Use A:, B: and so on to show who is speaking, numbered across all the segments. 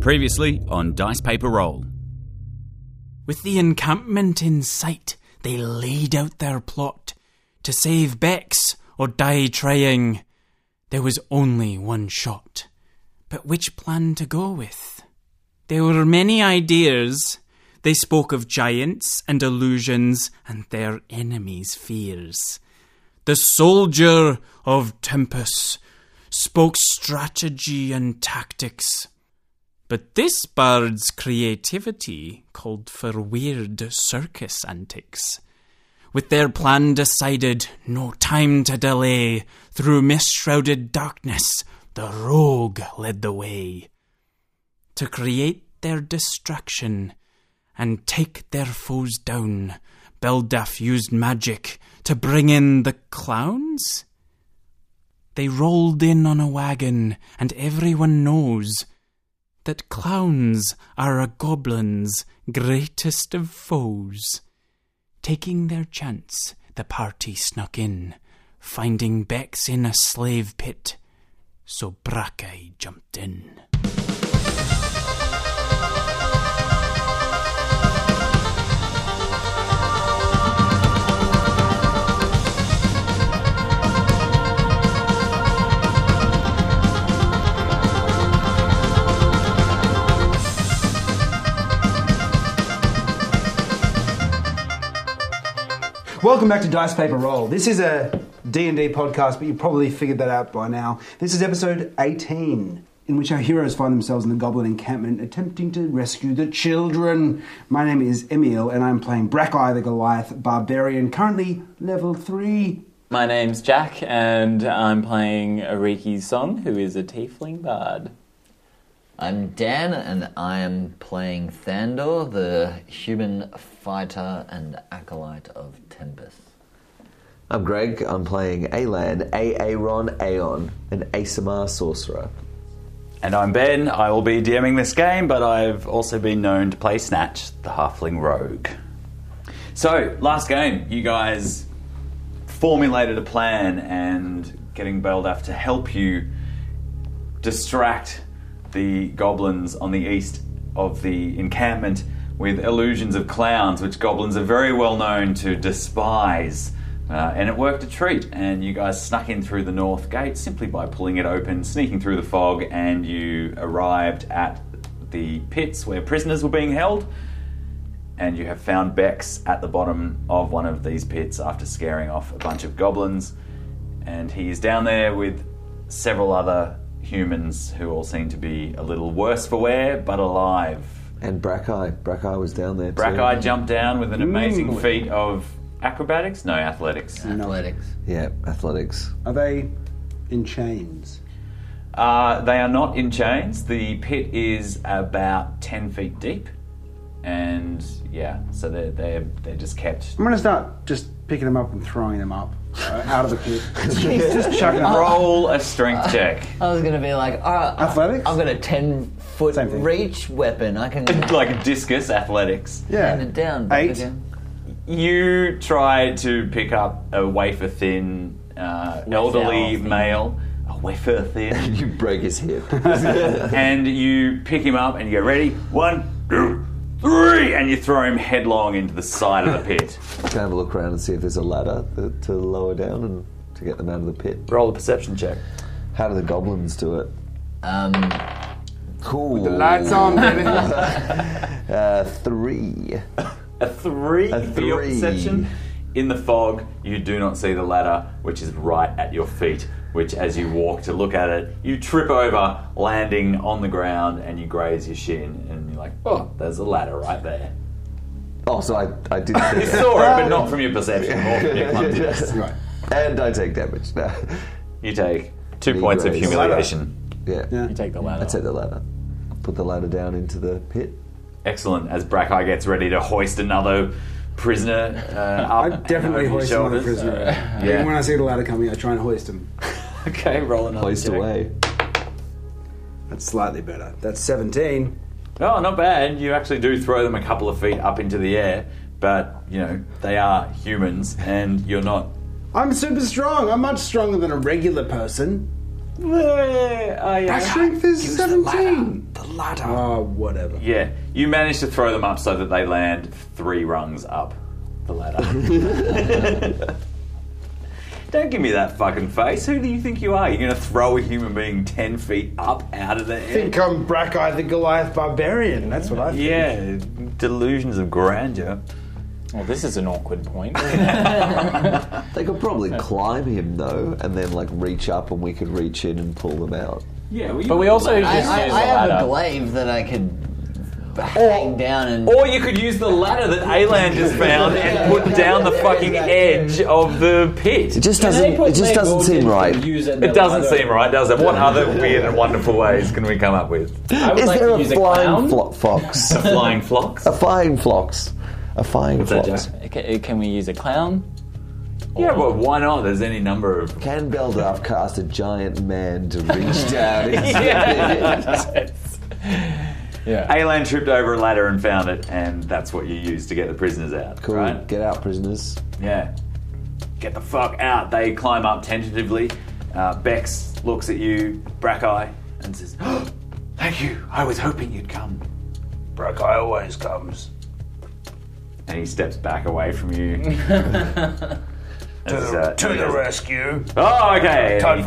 A: Previously on Dice Paper Roll.
B: With the encampment in sight, they laid out their plot to save Bex or die trying. There was only one shot. But which plan to go with? There were many ideas. They spoke of giants and illusions and their enemies' fears. The soldier of Tempest spoke strategy and tactics. But this bird's creativity called for weird circus antics. With their plan decided, no time to delay, through mist-shrouded darkness, the rogue led the way. To create their distraction and take their foes down, Beldaf used magic to bring in the clowns? They rolled in on a wagon, and everyone knows that clowns are a goblin's greatest of foes. Taking their chance, the party snuck in, finding Bex in a slave pit. So Brackeye jumped in.
C: Welcome back to Dice Paper Roll. This is a D&D podcast, but you probably figured that out by now. This is episode 18, in which our heroes find themselves in the Goblin encampment attempting to rescue the children. My name is Emil, and I'm playing Brackeye the Goliath Barbarian, currently level 3.
D: My name's Jack, and I'm playing Ariki Song, who is a tiefling bard.
E: I'm Dan, and I am playing Thandor, the human fighter and acolyte of Tempest.
F: I'm Greg. I'm playing Alan, Aaron, Aeon, an ASMR sorcerer.
A: And I'm Ben. I will be DMing this game, but I've also been known to play Snatch, the halfling rogue. So, last game, you guys formulated a plan and getting Beldaf to help you distract the goblins on the east of the encampment with illusions of clowns, which goblins are very well known to despise. Uh, and it worked a treat, and you guys snuck in through the north gate simply by pulling it open, sneaking through the fog, and you arrived at the pits where prisoners were being held. And you have found Bex at the bottom of one of these pits after scaring off a bunch of goblins. And he is down there with several other humans who all seem to be a little worse for wear, but alive.
F: And Brackeye. Brackeye was down there too.
A: Brackeye jumped down with an amazing feat of acrobatics? No, athletics.
E: Athletics.
F: Yeah, athletics.
C: Are they in chains?
A: Uh, they are not in chains. The pit is about 10 feet deep. And yeah, so they're, they're, they're just kept.
C: I'm going to start just picking them up and throwing them up uh, out of the pit. just chucking them roll.
A: Roll a strength check.
E: I was gonna be like, all right,
C: Athletics?
E: I've got a ten foot
C: Same thing.
E: reach weapon. I can
A: like a discus athletics.
C: Yeah.
E: hand it down.
C: Eight.
E: Okay.
A: You try to pick up a wafer thin uh, elderly
E: thin.
A: male. A wafer thin.
F: You break his hip.
A: and you pick him up and you go, ready? One, two, three! And you throw him headlong into the side of the pit.
F: Can I have a look around and see if there's a ladder to, to lower down and to get them out of the pit.
A: Roll a perception check.
F: How do the goblins do it?
E: Um,
F: Cool.
C: Lights on, baby.
F: Uh, three.
A: A three, for your
F: three.
A: perception. In the fog, you do not see the ladder, which is right at your feet. Which, as you walk to look at it, you trip over, landing on the ground, and you graze your shin, and you're like, "Oh, there's a ladder right there."
F: Oh, so I, I did see
A: You
F: it.
A: saw it, but not from your perception or from your clumsiness.
C: right.
F: And I take damage. No.
A: You take two points of
F: graze.
A: humiliation.
F: Yeah.
C: Yeah.
D: You take the ladder.
F: I take the ladder. Put the ladder down into the pit.
A: Excellent. As Brackeye gets ready to hoist another prisoner uh, up,
C: I
A: and
C: definitely
A: over his
C: hoist another
A: shoulders.
C: prisoner.
A: yeah.
C: When I see the ladder coming, I try and hoist him.
A: Okay, roll another.
F: Placed
A: check.
F: away.
C: That's slightly better. That's 17.
A: Oh, not bad. You actually do throw them a couple of feet up into the air, but you know they are humans, and you're not.
C: I'm super strong. I'm much stronger than a regular person. Strength is seventeen.
G: The ladder.
C: Oh, whatever.
A: Yeah, you manage to throw them up so that they land three rungs up the ladder. Don't give me that fucking face. Who do you think you are? You're going to throw a human being ten feet up out of the
C: I
A: air?
C: think I'm Brackeye the Goliath barbarian. That's what I think.
A: Yeah, delusions of grandeur.
D: Well, this is an awkward point.
F: They could probably climb him though, and then like reach up, and we could reach in and pull them out.
A: Yeah, well,
D: But we also
E: I,
D: just
E: I,
D: use
E: I
D: the
E: have
D: ladder.
E: a glaive that I could hang down and.
A: Or you could use the ladder that Aland has found and put down the fucking edge of the pit.
F: It just doesn't. It just doesn't seem right.
A: It doesn't seem right, does it? What other weird and wonderful ways can we come up with?
D: I would
F: Is
D: like
F: there
D: to
F: a
D: use
F: flying
D: clown.
F: flo- fox?
A: The flying flocks?
F: a flying fox. A flying
A: that,
F: fox.
D: Okay, can we use a clown?
A: Yeah, but why not? There's any number of.
F: Can Beldaf cast a giant man to reach down?
D: Yeah.
A: Alan tripped over a ladder and found it, and that's what you use to get the prisoners out.
F: Cool.
A: Right?
F: Get out, prisoners.
A: Yeah. Get the fuck out. They climb up tentatively. Uh, Bex looks at you, Brackeye, and says, "Oh, Thank you. I was hoping you'd come.
C: Brackeye always comes
A: And he steps back away from you.
C: to
A: As,
C: the,
A: uh,
C: to
A: he
C: the
A: goes,
C: rescue.
A: Oh, okay.
C: High
A: And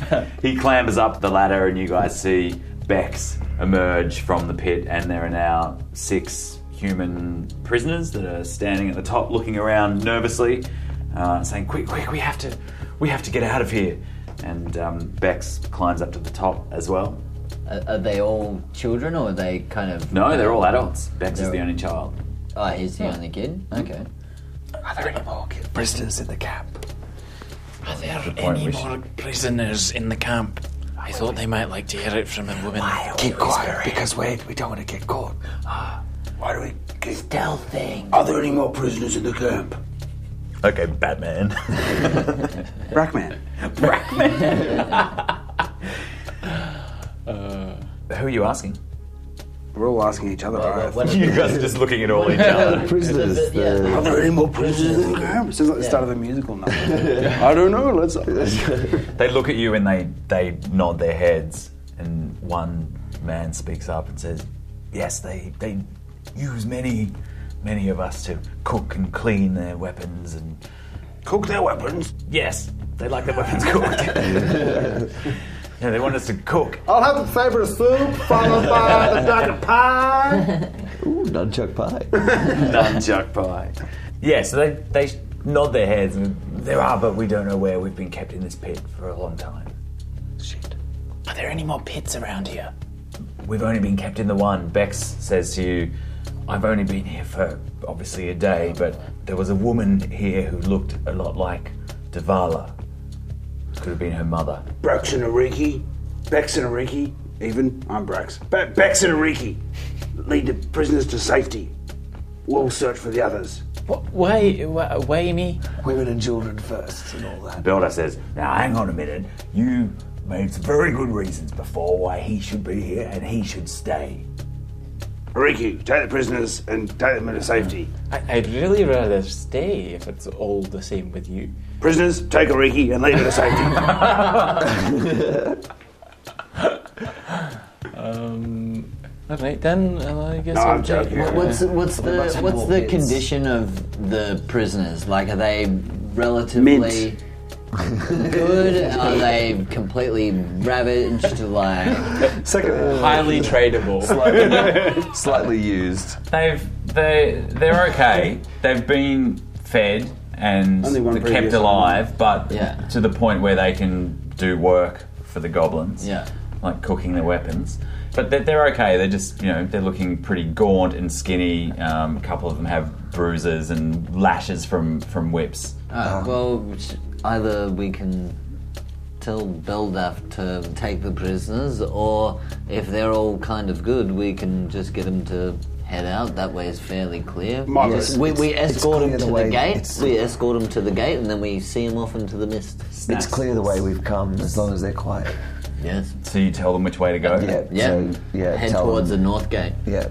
C: five.
A: He, he clambers up the ladder, and you guys see Bex emerge from the pit, and there are now six human prisoners that are standing at the top, looking around nervously, uh, saying, "Quick, quick, we have to, we have to get out of here." And um, Bex climbs up to the top as well.
E: Are, are they all children or are they kind of.
A: No, they're all adults. Bex is
E: They're-
A: the only child.
E: Oh, he's the only kid? Okay.
G: Are there any more ki- prisoners in the camp?
B: Are there
A: point,
B: any
A: we should-
B: more prisoners in the camp? I thought they might like to hear it from a woman.
G: Keep quiet because we we don't want to get caught.
C: Why do we keep?
E: Stealthing.
C: Are there any more prisoners in the camp?
A: Okay, Batman.
C: Brackman.
A: Who are you asking?
C: We're all asking each other. right?
E: What
A: You guys are just looking at all each other.
F: Prisoners. the-
C: Are there any more prisoners in the camp? Sounds like the start of a musical number. I don't know. Let's.
A: They look at you and they, they nod their heads, and one man speaks up and says, Yes, they, they use many, many of us to cook and clean their weapons, and
C: Cook their weapons.
A: yes, they like their weapons cooked. yeah, they want us to cook.
C: I'll have the favourite soup, followed by the duck pie.
F: Ooh, nunchuck pie.
A: Nunchuck pie. Yeah, so they, they nod their heads, and there are, but we don't know where. We've been kept in this pit for a long time.
B: Are there any more pits around here?
A: We've only been kept in the one. Bex says to you, I've only been here for obviously a day, but there was a woman here who looked a lot like Davala. Could have been her mother.
C: Brax and Ariki. Bex and Ariki. Even. I'm Brax. Be- Bex and Ariki. Lead the prisoners to safety. We'll search for the others.
D: Why, why, why me?
C: Women and children first and all that.
A: Belda says, Now hang on a minute. You made some very good reasons before why he should be here and he should stay.
C: Ariki, take the prisoners and take them into safety.
D: I, I'd really rather stay if it's all the same with you.
C: Prisoners, take Ariki and lead her to safety.
D: Um, all right then. Well, I guess
C: No,
D: I'll
C: I'm
D: take
C: joking.
D: it.
E: What's what's the what's the condition of the prisoners? Like, are they relatively
C: Mint.
E: good? are they completely ravaged? Like,
C: Second.
D: highly tradable?
F: Uh, Slightly used.
A: They've they they're okay. They've been fed and
C: Only one
A: they're
C: previous
A: kept alive, but
E: Yeah.
A: to the point where they can do work for the goblins.
E: Yeah.
A: Like cooking their weapons. But they're, they're okay. They're just, you know, they're looking pretty gaunt and skinny. Um, a couple of them have bruises and lashes from, from whips.
E: uh,
F: Um.
E: well, either we can tell Beldaf to take the prisoners, or if they're all kind of good, we can just get them to head out. That way is fairly clear.
C: Marvelous.
E: We just- we, we escort
F: clear
E: them
F: the
E: to the,
F: way.
E: gate.
F: It's-
E: We escort them to the gate, and then we see them off into the mist.
F: It's clear the way we've come, as long as they're quiet.
E: Yes.
A: So you tell them which way to go
F: Yeah.
E: Yeah.
F: So, yeah.
E: Head
F: tell
E: towards
F: them.
E: the north gate.
F: Yeah.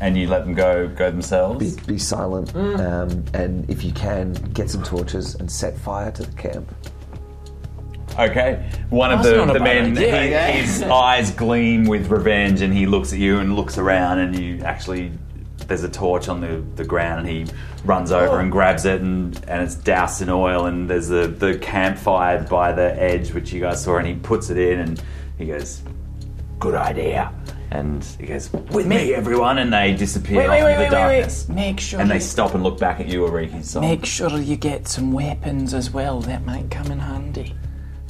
A: and you let them go go
F: Be,
A: themselves.
F: be silent, um, and if you can, get some torches and set fire to the camp.
A: Okay. One of
B: That's
A: the,
B: not a
A: the
B: bad
A: men,
B: idea,
A: he-
B: yeah.
A: his eyes gleam with revenge, and he looks at you and looks around, and you actually, there's a torch on the, the ground, and he runs over
H: Oh.
A: and grabs it, and, and it's doused in oil, and there's the, the campfire by the edge, which you guys saw, and he puts it in, and he goes, Good idea. And he goes, With me, everyone, and they disappear
H: Wait,
A: off
H: wait,
A: into
H: wait,
A: the
H: wait, wait,
A: darkness.
H: wait. Make sure.
A: And
H: you,
A: they stop and look back at you, Ariki. So
H: make sure you get some weapons as well. That might come in handy.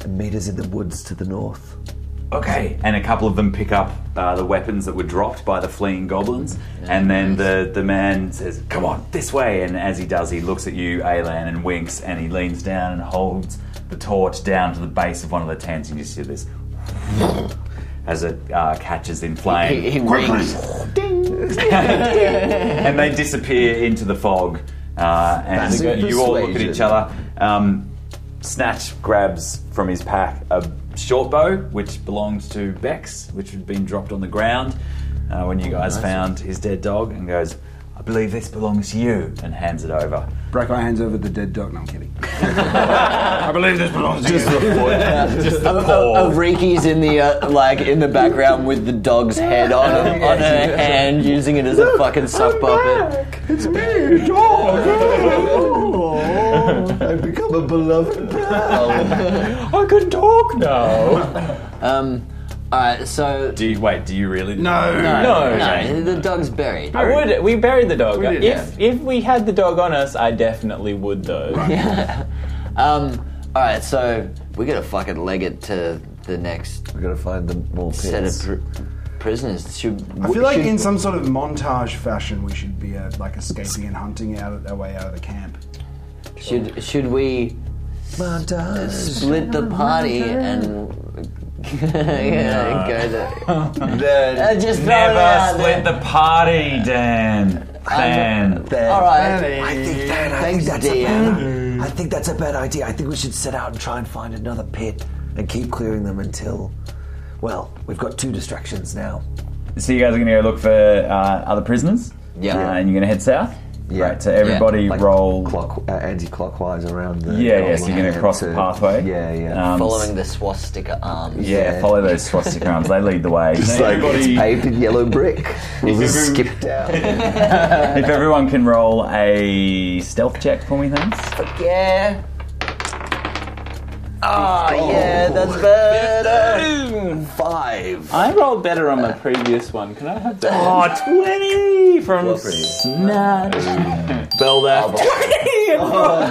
F: And meet us in the woods to the north.
A: Okay. And a couple of them pick up uh, the weapons that were dropped by the fleeing goblins. And then the, the man says, Come on, this way. And as he does, he looks at you, Alan, and winks. And he leans down and holds the torch down to the base of one of the tents. And you see this as it uh, catches in flame.
F: He rings.
A: and they disappear into the fog. Uh, and
F: Passive
A: you all look at
F: persuasion.
A: each other. Um, Snatch grabs from his pack a short bow, which belongs to Bex, which had been dropped on the ground uh, when
F: Oh,
A: you guys found his dead dog, and goes, I believe this belongs to you, and hands it over.
C: Break our hands over the dead dog. No, I'm kidding.
A: I believe this belongs to you. Just the
E: Oh,
A: paw.
E: Riki's in the uh, like in the background with the dog's head on him, on her hand, using it as a fucking sock puppet.
F: It's me, dog. I've become a beloved
D: I can talk now.
E: Um, all right, so
A: Do you, wait, do you really?
E: no,
D: No,
E: no,
A: Jane.
E: the dog's buried.
D: I would. We buried the dog.
C: did,
D: if if we had the dog on us, I definitely would though.
E: Um, all right, so we gotta fucking leg it to the next
F: We're gonna find the more pits.
E: set of pr- prisoners. Should,
C: I feel like
E: should-
C: in some sort of montage fashion, we should be uh, like escaping and hunting out of our way out of the camp.
E: should should we split the party and yeah, go to, Uh,
A: Then
E: just throw it
A: never
E: out
A: split
E: there.
A: the party, Dan. Dan.
E: All right,
G: I think, that, I
E: thanks,
G: think that's a
E: DM.
G: bad, I think that's a bad idea. I think we should set out and try and find another pit and keep clearing them until, well, we've got two distractions now.
A: So you guys are going to go look for uh, other prisoners.
E: Yeah.
A: Uh, and you're going to head south.
F: Yeah.
A: Right. So everybody
F: Like
A: roll.
F: clock, uh, anti-clockwise around the.
A: Yeah, yeah, so you're gonna
F: Yeah,
A: cross the pathway.
F: Yeah, yeah.
A: Um,
E: following the swastika arms.
A: Yeah,
F: Yeah.
A: follow those swastika arms. They lead the way. So everybody-
F: paved in yellow brick. We'll just
A: everyone-
F: skip down.
A: if everyone can roll a stealth check for me, thanks.
E: Yeah. Oh, yeah, that's better.
F: Five.
D: I rolled better on my previous one. Can I have that?
A: Oh, 20 from
F: pretty. Oh,
A: Snatch. Bell left. 20 and oh,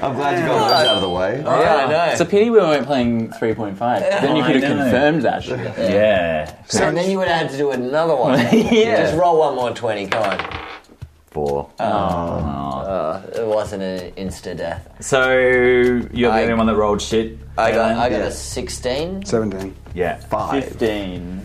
F: I'm glad you got those out of the way.
E: Yeah, I know.
D: It's a pity we weren't playing 3.5. Then you
A: Oh, I
D: could have
A: know.
D: confirmed that. shit.
A: Yeah.
E: and then you would have had to do another one. Just roll one more 20, come on.
A: Four.
F: Oh,
E: Uh, it wasn't an insta death.
A: So you're the
E: I-
A: only one that rolled shit.
E: I got,
A: Alan?
E: I got
F: Yeah.
E: a 16.
C: Seventeen.
A: yeah.
F: Five.
D: 15.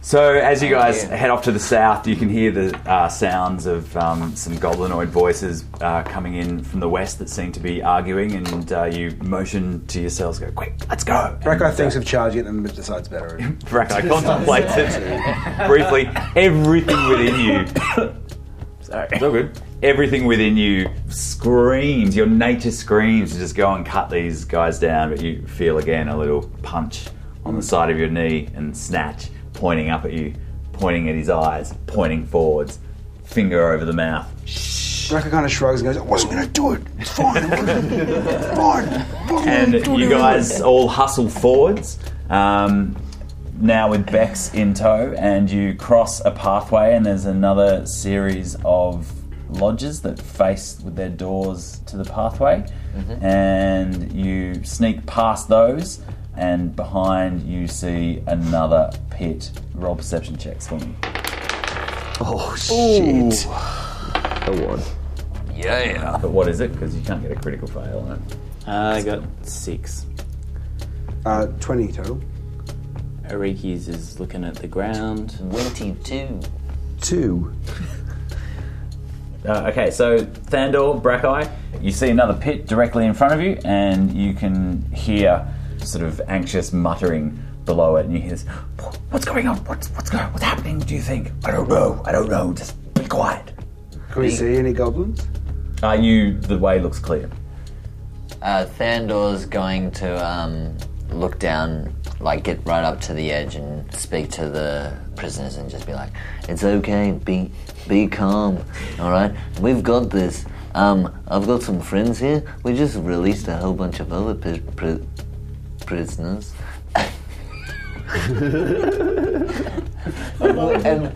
A: So as you guys
E: Oh, yeah.
A: head off to the south, you can hear the uh, sounds of um, some goblinoid voices uh, coming in from the west that seem to be arguing, and uh, you motion to yourselves, "Go quick, let's go!"
C: Brackeye thinks of charging it and then decides better.
A: Brackeye contemplates it briefly. Everything within you, sorry, it's all good. Everything within you screams. Your nature screams to just go and cut these guys down, but you feel again a little punch on the side of your knee and snatch pointing up at you, pointing at his eyes, pointing forwards, finger over the mouth.
C: Brackeye kind of shrugs and goes, "I wasn't going to do it. It's fine. It's fine."
A: and you guys all hustle forwards. Um, now with Bex in tow, and you cross a pathway, and there's another series of lodges that face with their doors to the pathway,
F: Mm-hmm.
A: and you sneak past those, and behind you see another pit. Roll perception checks for me.
F: Oh shit. A one.
A: But what is it? Because you can't get a critical fail on it.
D: I got 6.
C: Uh, Twenty total.
D: Ariki's is looking at the ground.
E: 22.
F: Two.
A: Uh, okay, so Thandor, Brackeye, you see another pit directly in front of you, and you can hear sort of anxious muttering below it, and you hear this, "What's going on? What's what's going? What's happening? Do you think? I don't know. I don't know. Just be quiet." Uh,
C: Can we see any goblins?
A: Are you? The way looks clear.
E: Uh, Thandor's going to um, look down, like get right up to the edge and speak to the prisoners and just be like, "It's okay. Be be calm. All right, we've got this. Um, I've got some friends here. We just released a whole bunch of other pri- pri- prisoners." and,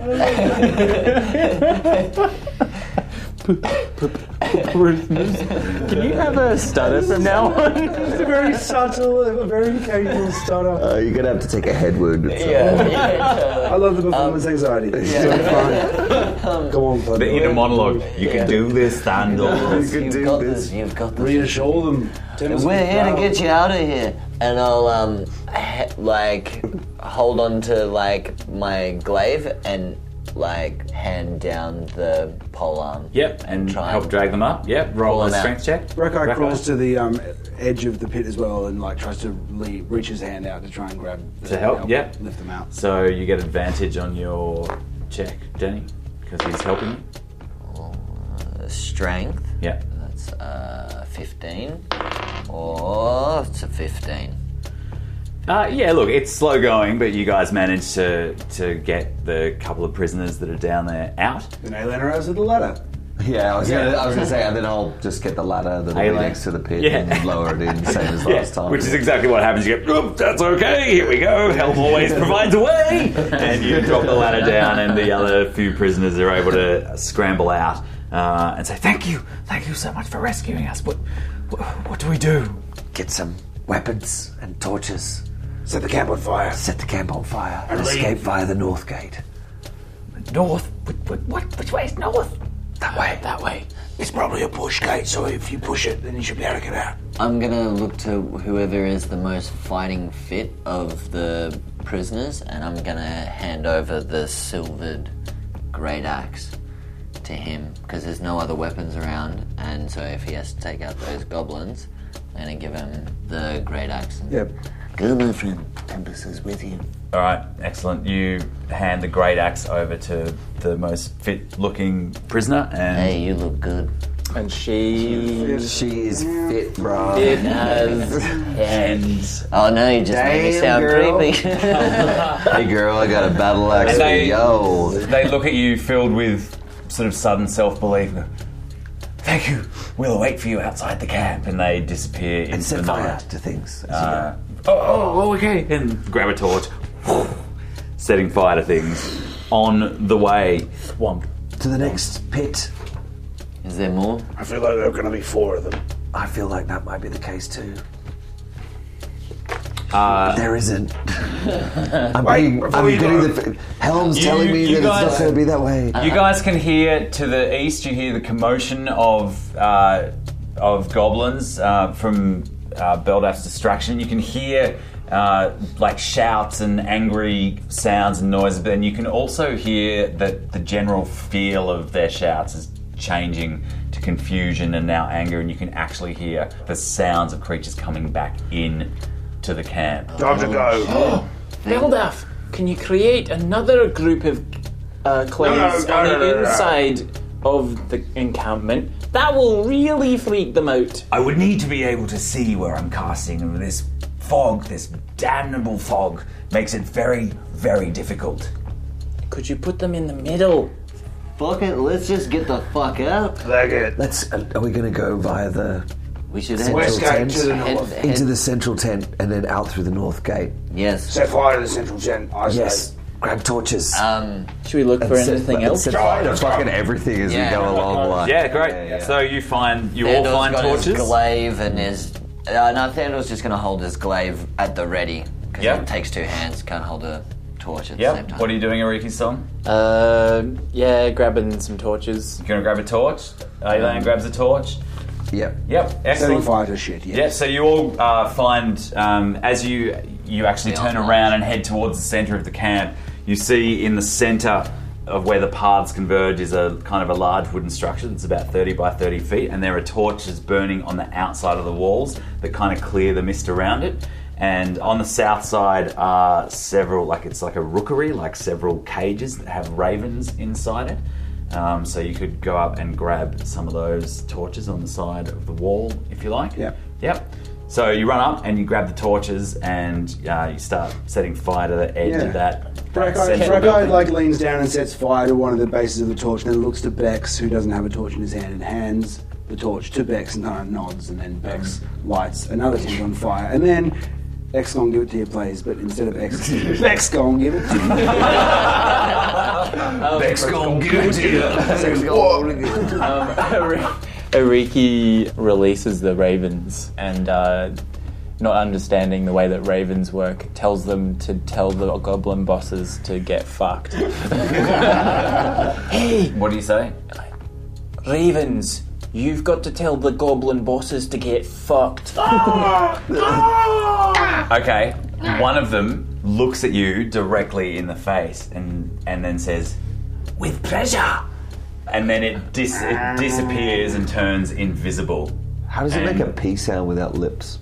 D: Can you have a stutter from now on?
C: It's a very subtle, a very occasional startup.
F: Uh, you're gonna have to take a head wound. At some
C: I love the performance anxiety. Um, Yeah. Go on, bud.
A: The inner monologue. You can do this, Thandor.
F: You can
E: you've
F: do
E: got
F: this.
E: this. You've got this.
C: Reassure them. Tell us
E: We're
C: what's
E: here to
C: up.
E: get you out of here. And I'll, um, he- like, hold on to, like, my glaive and, like, hand down the polearm.
A: Yep, and
E: Try
A: help
E: and-
A: drag them up. Yep, roll
E: Pull
A: a
E: them out.
A: strength check.
C: Rokai
A: Rokai.
C: crawls to the um, edge of the pit as well and like tries to le- reach his hand out to try and grab the,
A: To help, yep.
C: lift them out.
A: So you get advantage on your check, Danny, because he's helping you.
E: Strength.
A: Yeah.
E: That's, uh, 15. Or, it's a 15.
A: Uh, yeah, look, it's slow going, but you guys managed to to get the couple of prisoners that are down there out.
C: Then Aelin arrives with the ladder.
F: Yeah, I was,
A: Yeah.
F: Gonna, I was gonna say, and then I'll just get the ladder that'll
A: Hey,
F: be
A: like-
F: next to the pit
A: Yeah.
F: and lower it in, same as last time.
A: Which is exactly what happens. You go, "Oop, that's okay, here we go, help always provides a way! And you drop the ladder down, and the other few prisoners are able to scramble out uh, and say, Thank you, thank you so much for rescuing us. What, what, what do we do?
G: Get some weapons and torches.
C: Set the camp on fire.
G: Set the camp on fire and escape via the north gate.
H: North? Wh- wh- What? Which way is north?
G: That way.
H: That way.
C: It's probably a push gate, so if you push it, then you should be able to get out.
E: I'm gonna look to whoever is the most fighting fit of the prisoners, and I'm gonna hand over the silvered great axe to him because there's no other weapons around, and so if he has to take out those goblins, I'm gonna give him the great axe. and-
C: Yep.
E: Go, my friend. Tempest is with you.
A: All right, excellent. You hand the great axe over to the most fit looking prisoner, and
E: Hey, you look good.
D: And she
F: She is fit, bro.
D: it has
A: and
E: Oh no, you just made me
F: Damn,
E: sound
F: girl.
E: creepy.
F: Hey girl, I got a battle axe
A: And
F: for
A: they-
F: yo.
A: they look at you filled with sort of sudden self belief. Thank you. We'll wait for you outside the camp, and they disappear into
G: And
A: the
G: set fire
A: night.
G: to things.
A: Uh, oh, oh, oh, okay. And grab a torch, setting fire to things on the way. Thwomp.
G: to the next pit.
E: is there more?
C: I feel like there are going to be four of them.
G: I feel like that might be the case too. there isn't. I'm, being, I'm
C: you
G: getting
C: go-
G: the. Helm's
A: You-
G: telling me
A: you
G: that it's
A: guys-
G: not going to be that way.
A: You guys can hear to the east. You hear the commotion of uh, of goblins uh, from uh, Beldaf's distraction. You can hear uh, like shouts and angry sounds and noises, but then you can also hear that the general feel of their shouts is changing to confusion and now anger, and you can actually hear the sounds of creatures coming back in to the camp.
C: Time to go.
H: Beldaf, can you create another group of uh, clans
C: no,
H: on
C: no,
H: the
C: no, no, no.
H: inside of the encampment? That will really freak them out.
A: I would need to be able to see where I'm casting, and this fog, this damnable fog, makes it very, very difficult.
H: Could you put them in the middle?
E: Fuck it. Let's just get the fuck out.
G: Let's. uh, Are we going to go via the
E: We should head,
G: West
E: head,
G: Gate to the
E: head-
G: into the central tent and then out through the north gate?
E: Yes.
C: Set fire to the central gen. I
G: Yes. Grab torches.
E: Um.
H: Should we look Uh, for anything else?
F: Set fire to fucking everything as
E: Yeah.
F: we go along. Like.
A: Yeah, great.
F: Yeah, yeah.
A: So you find you all
E: Thandor's
A: find
E: got
A: torches.
E: his glaive and his. Uh, no, Thandor's just going to hold his glaive at the ready because
A: Yeah.
E: it takes two hands. Can't hold a torch at the same
A: Yep.
E: time.
A: What are you doing, Ariki Song?
D: uh yeah, grabbing some torches.
A: You're gonna grab a torch. Aelan grabs a torch.
G: yep.
A: Yep.
C: Setting
A: Excellent.
C: fire to shit. Yeah.
A: Yeah. So you all uh, find um, as you you actually
E: Yeah,
A: turn
E: I'll-
A: around and head towards the center of the camp. You see in the center of where the paths converge is a kind of a large wooden structure that's about 30 by 30 feet, and there are torches burning on the outside of the walls that kind of clear the mist around it. And on the south side are several, like it's like a rookery, like several cages that have ravens inside it. Um, so you could go up and grab some of those torches on the side of the wall if you like
C: Yeah.
A: Yep. So you run up and you grab the torches and uh, you start setting fire to the edge
C: Yeah.
A: of that. that
C: Brackeye,
A: central
C: Brackeye
A: building.
C: like leans down and sets fire to one of the bases of the torch, and then looks to Bex, who doesn't have a torch in his hand, and hands the torch to Bex, and kind of nods, and then Bex lights another thing on fire, and then X gonna give it to you, please, but instead of X, Bex gonna give it to you.
H: Um,
F: Beck's gonna give it to
C: Bex
F: you.
C: gonna give it to you.
D: Um, Ariki releases the ravens and, uh, not understanding the way that ravens work, tells them to tell the goblin bosses to get fucked. hey,
A: What do you say?
D: ravens, you've got to tell the goblin bosses to get fucked.
A: Okay. One of them looks at you directly in the face and and then says, "With pleasure." And then it, dis- it disappears and turns invisible.
F: How does it make a P sound without lips?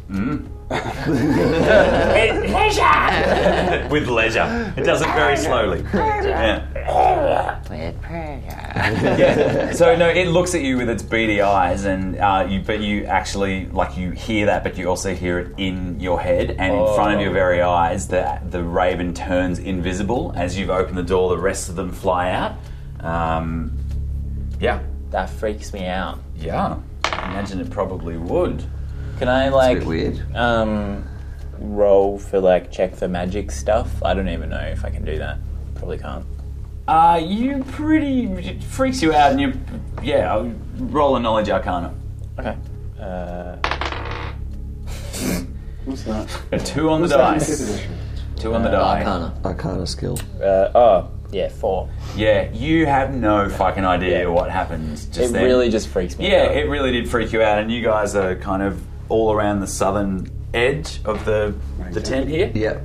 A: With leisure. It does it very slowly. Yeah. yeah. So no, it looks at you with its beady eyes, and uh, you, but you actually like you hear that, but you also hear it in your head and in front
F: Oh.
A: of your very eyes. The the raven turns invisible as you've opened the door. The rest of them fly out. Um, yeah,
D: That freaks me out.
A: yeah. I imagine it probably would.
D: Can I
F: It's a
D: like
F: bit weird.
D: um roll for like check for magic stuff? I don't even know if I can do that. Probably can't.
A: Uh, you pretty it freaks you out, and you yeah. I'll Roll a knowledge arcana.
D: Okay. Uh,
C: What's that?
A: A two on the dice. Two on the
E: Uh,
A: die.
E: Arcana.
F: Arcana skill.
D: uh, oh yeah, four.
A: Yeah, you have no fucking idea what happened just
D: It
A: then.
D: really just freaks me
A: Yeah,
D: out.
A: it really did freak you out, and you guys are kind of all around the southern edge of the the tent here,
F: Yep.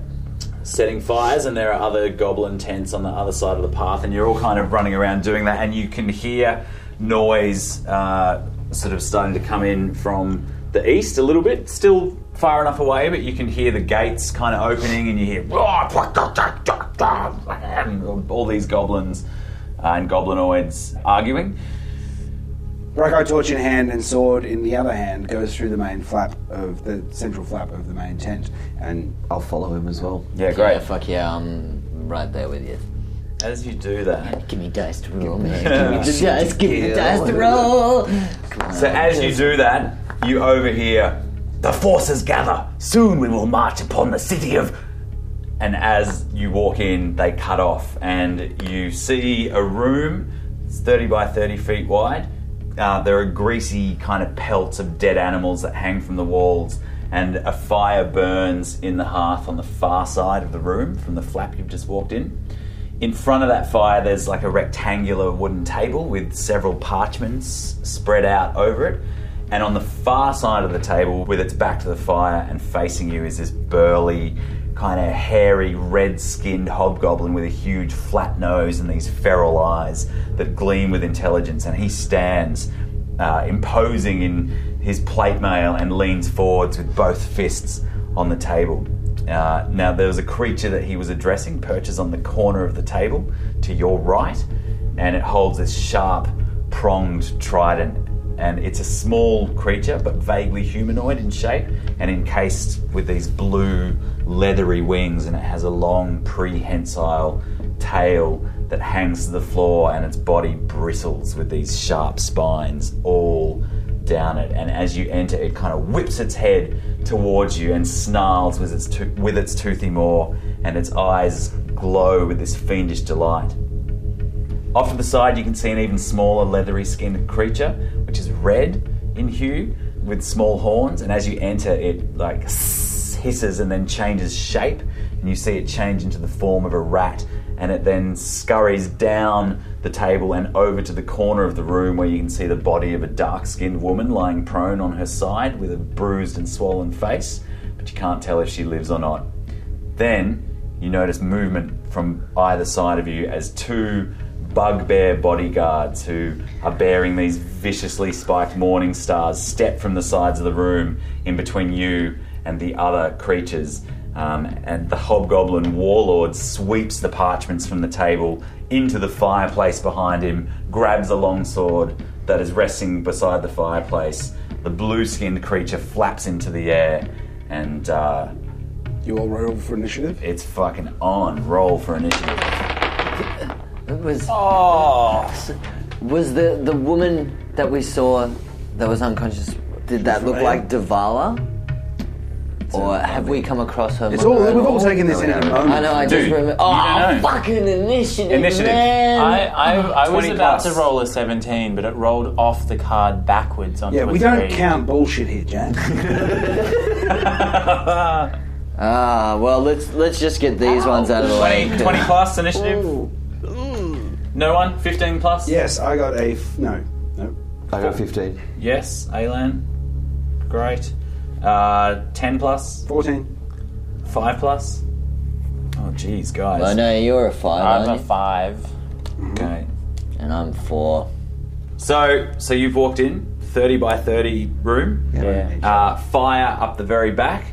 A: setting fires, and there are other goblin tents on the other side of the path, and you're all kind of running around doing that, and you can hear noise uh, sort of starting to come in from the east a little bit, still far enough away, but you can hear the gates kind of opening, and you hear all these goblins uh, and goblinoids arguing.
C: Brackeye torch in hand and sword in the other hand goes through the main flap of the central flap of the main tent, and
F: I'll follow him as well.
A: Yeah, great.
E: Yeah, fuck yeah, I'm right there with you.
A: As you do that,
E: Give me dice to roll, man. Give me the dice. Give me the dice to roll.
A: so as you do that, you overhear the forces gather. Soon we will march upon the city of. And as you walk in, they cut off, and you see a room. It's thirty by thirty feet wide. Uh, there are greasy kind of pelts of dead animals that hang from the walls, and a fire burns in the hearth on the far side of the room from the flap you've just walked in. In front of that fire, there's like a rectangular wooden table with several parchments spread out over it. And on the far side of the table, with its back to the fire and facing you, is this burly, kind of hairy, red skinned hobgoblin with a huge flat nose and these feral eyes that gleam with intelligence. And he stands uh, imposing in his plate mail and leans forwards with both fists on the table. Uh, now, there was a creature that he was addressing, perches on the corner of the table to your right, and it holds this sharp, pronged trident. And it's a small creature, but vaguely humanoid in shape and encased with these blue, leathery wings, and it has a long, prehensile tail that hangs to the floor and its body bristles with these sharp spines all down it and as you enter it kind of whips its head towards you and snarls with its, to- with its toothy maw and its eyes glow with this fiendish delight off to the side you can see an even smaller leathery skinned creature which is red in hue with small horns and as you enter it like hisses and then changes shape and you see it change into the form of a rat and it then scurries down the table and over to the corner of the room where you can see the body of a dark skinned woman lying prone on her side with a bruised and swollen face, but you can't tell if she lives or not. Then you notice movement from either side of you as two bugbear bodyguards who are bearing these viciously spiked morning stars step from the sides of the room in between you and the other creatures. Um, and the hobgoblin warlord sweeps the parchments from the table into the fireplace behind him, grabs a long sword that is resting beside the fireplace, The blue skinned creature flaps into the air and uh,
I: You all roll for initiative.
A: it's fucking on. Roll for initiative.
E: It was
A: Oh!
E: was the the woman that we saw that was unconscious. Did that look like Davala? Or have we come across her?
C: It's all,
E: mother at
C: we've all
E: all?
C: taken this in at the moment.
E: I know. I
A: Dude,
E: just remember.
A: you
E: Oh,
A: don't know.
E: fucking initiative,
A: Initiative.
E: man.
D: I, I, I was
A: 20
D: about
A: plus.
D: to roll a 17, but it rolled off the card backwards onto
C: Yeah,
D: a
C: we don't
D: three.
C: count bullshit here, Jack.
E: Ah, well, let's let's just get these ones out of the way.
A: 20, 20 plus initiative? No one? 15 plus?
C: yes, I got a f- no, no.
F: I got 15.
A: Yes, Alan. Great. Uh, 10 plus?
C: Fourteen.
A: 5 plus? Oh, jeez, guys.
E: I know you're a 5
D: I'm a
E: aren't you?
D: five.
A: Okay.
E: and I'm four.
A: So, so you've walked in, 30 by 30 room.
D: Yeah.
A: Uh, fire up the very back.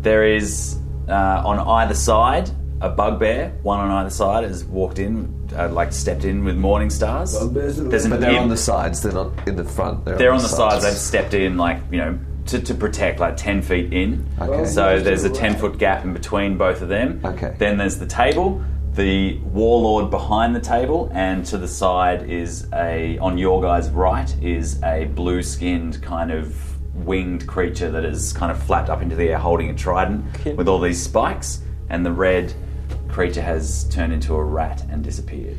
A: There is uh, on either side a bugbear. One on either side has walked in, uh, like stepped in with morning stars.
C: Bugbears are the-
A: There's an
F: But they're on
A: imp-
F: the sides, they're not in the front. They're,
A: they're on the sides. They've stepped in, like you know, to, to protect, like ten feet in.
F: Okay.
A: So there's a ten foot gap in between both of them.
F: Okay.
A: Then there's the table. The warlord behind the table, and to the side is a on your guys' right is a blue skinned kind of winged creature that is kind of flapped up into the air, holding a trident with all these spikes. And the red creature has turned into a rat and disappeared.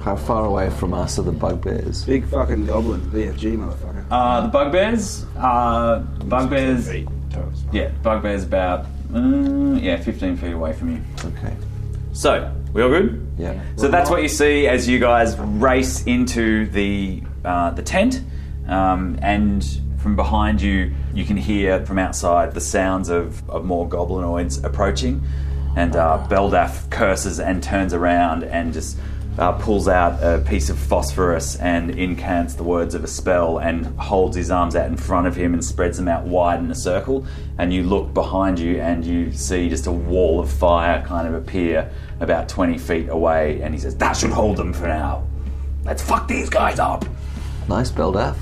F: How far away from us are the bugbears?
C: Big fucking goblin, BFG motherfucker.
A: Uh, the bugbears. Uh, bugbears. Yeah, bugbear's about uh, yeah 15 feet away from you.
F: Okay.
A: So we all good?
F: Yeah.
A: So that's what you see as you guys race into the uh, the tent, um, and from behind you, you can hear from outside the sounds of, of more goblinoids approaching, and
F: Ah.
A: uh, Beldaf curses and turns around and just. Uh, pulls out a piece of phosphorus and incants the words of a spell and holds his arms out in front of him and spreads them out wide in a circle. And you look behind you and you see just a wall of fire kind of appear about 20 feet away, and he says, That should hold them for now. Let's fuck these guys up.
F: Nice, Beldaf.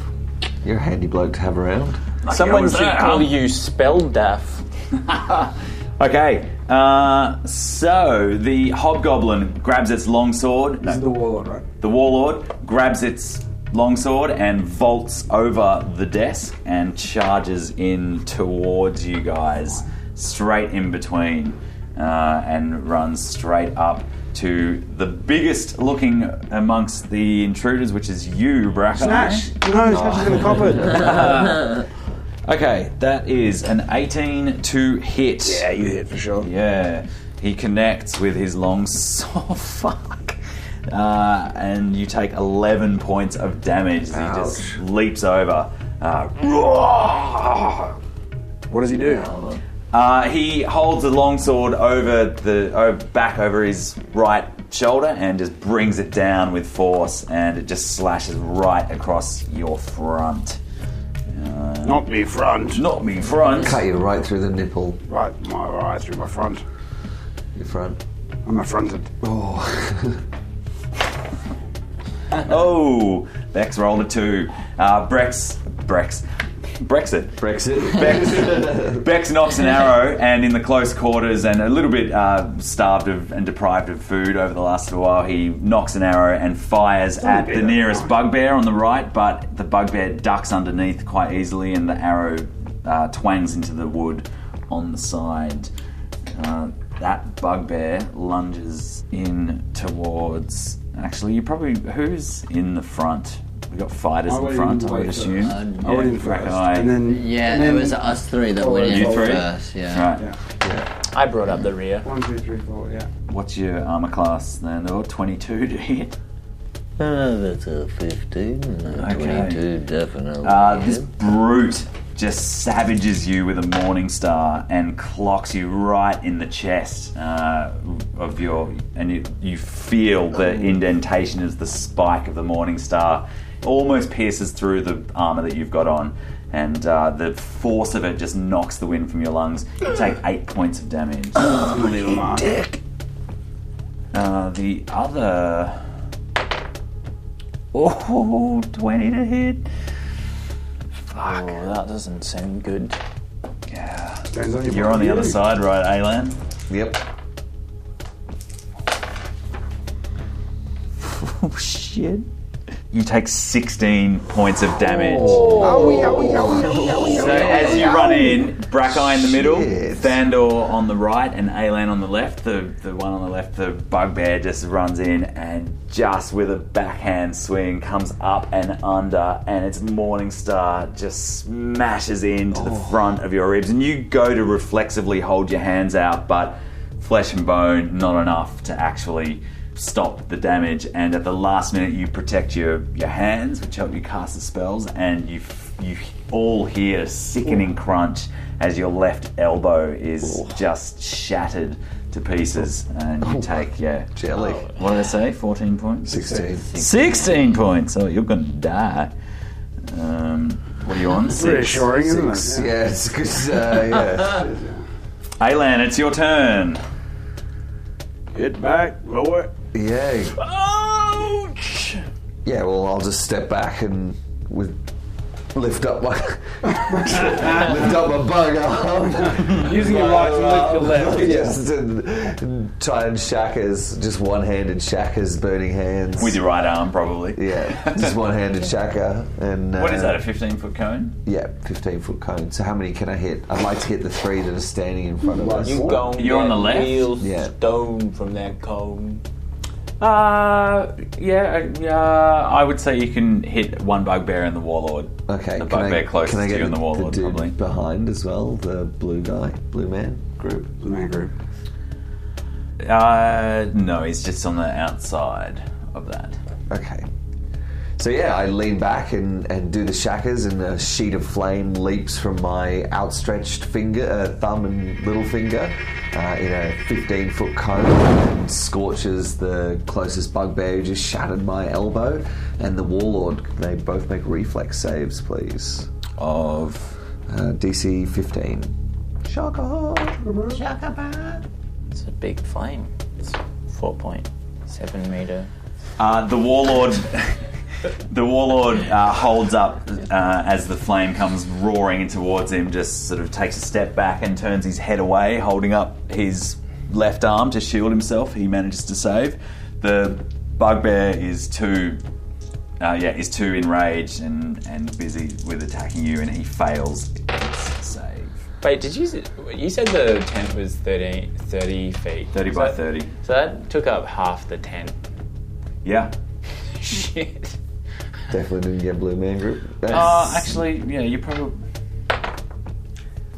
F: You're a handy bloke to have around.
D: Someone
A: was
D: should
A: there.
D: call you spell daff.
A: Okay, uh, so the hobgoblin grabs its longsword.
C: This is the warlord, right?
A: The warlord grabs its longsword and vaults over the desk and charges in towards you guys, straight in between, uh, and runs straight up to the biggest looking amongst the intruders, which is you, Bracken.
C: Snatch! No, Snatch is gonna cop it.
A: Okay, that is an 18 to hit.
I: Yeah, you hit for sure.
A: Yeah, he connects with his long sword. Fuck. Uh, and you take 11 points of damage. as He just leaps over. Uh,
I: What does he do?
A: uh, he holds the longsword over the over, back over his right shoulder and just brings it down with force, and it just slashes right across your front.
I: Not me front.
A: Not me front.
F: Cut you right through the nipple,
I: Right, my right through my front.
F: your front.
I: I'm affronted.
A: Oh, Bex rolled a two. Uh, Brex, Brex, Brexit.
F: Brexit.
A: Bex, Bex knocks an arrow, and in the close quarters, and a little bit uh, starved of and deprived of food over the last little while, he knocks an arrow and fires
C: Oh,
A: at the nearest bugbear on the right. But the bugbear ducks underneath quite easily, and the arrow uh, twangs into the wood on the side. Uh, that bugbear lunges in towards. Actually, you probably who's in the front. We got fighters
C: I
A: in
C: went
A: front.
C: in
A: I would
C: first.
A: assume.
C: I went in
A: Yeah, reckon
C: first,
A: I-
C: and then
E: Yeah,
C: and
E: it
C: then
E: was us three that went in
A: You three?
E: first. Yeah.
A: Right.
C: Yeah.
D: I brought up the rear.
C: one, two, three, four. Yeah.
A: What's your armor class, Landor? 22 to hit.
E: Oh, that's a 15 and a
A: Okay.
E: 22, definitely.
A: Uh, this brute just savages you with a morning star and clocks you right in the chest uh, of your, and you, you feel the indentation as the spike of the morning star almost pierces through the armor that you've got on, and uh, the force of it just knocks the wind from your lungs. You take eight points of damage. Uh, the other. Oh, 20 to hit.
H: Fuck. Oh, that doesn't sound good.
I: Depends on your
A: You're on the other side, right, Aylan?
F: Yep.
D: Oh shit.
A: You take 16 points of damage.
I: Oh,
A: So as you run in, Brackeye in the middle,
F: Shit.
A: Thandor on the right, and Alan on the left. The the one on the left, the bugbear, just runs in and just with a backhand swing comes up and under, and its Morningstar just smashes into the front of your ribs, and you go to reflexively hold your hands out, but flesh and bone not enough to actually stop the damage and at the last minute you protect your, your hands which help you cast the spells and you f- you h- all hear a sickening crunch as your left elbow is just shattered to pieces and you take yeah
F: Jelly.
A: what did I say 14 points
F: 16.
A: 16 points oh you're gonna die um, what are you on six
I: reassuring, isn't
F: Six,
I: it?
F: Yeah, it's because, uh,
A: Alan it's your turn
I: Hit back, lower.
F: yeah. Yay.
H: Ouch!
F: Yeah, well, I'll just step back and with lift up my lift up my bug arm.
C: Using your right to lift your left.
F: yes, and, and try and shackers, just one-handed shackers, burning hands.
A: with your right arm probably
F: yeah, just one-handed shaka and. Uh,
A: what is that a 15 foot cone
F: Yeah, fifteen foot cone. So how many can I hit? I'd like to hit the three that are standing in front of us.
D: You go and
A: You're on
D: get
A: the left?
D: real
F: Yeah.
D: stone from that cone.
A: Uh, yeah, uh, yeah. I would say you can hit one bugbear and the warlord.
F: Okay,
A: the
F: can
A: bugbear
F: I,
A: closest
F: can I
A: to
F: get
A: you and the warlord,
F: dude
A: probably.
F: behind as well? The blue guy, blue man group.
A: Uh, no, he's just on the outside of that.
F: Okay. So yeah, I lean back and, and do the shackers, and a sheet of flame leaps from my outstretched finger, uh, thumb and little finger, uh, in a 15 foot cone, and scorches the closest bugbear who just shattered my elbow, and the warlord. They both make reflex saves, please.
A: Of
F: Uh, DC 15. Shaka.
H: It's a big flame. It's 4.7 meter.
A: uh, the warlord. the warlord uh, holds up uh, as the flame comes roaring in towards him. Just sort of takes a step back and turns his head away, holding up his left arm to shield himself. He manages to save. The bugbear is too uh, yeah, is too enraged and, and busy with attacking you, and he fails its save.
D: Wait, did you s- you said the tent was 30, 30 feet?
A: 30
D: So
A: by
D: that-
A: 30.
D: So that took up half the tent.
A: Yeah.
D: Shit.
F: Definitely didn't get blue man group. That's-
A: Uh, actually, yeah, you probably.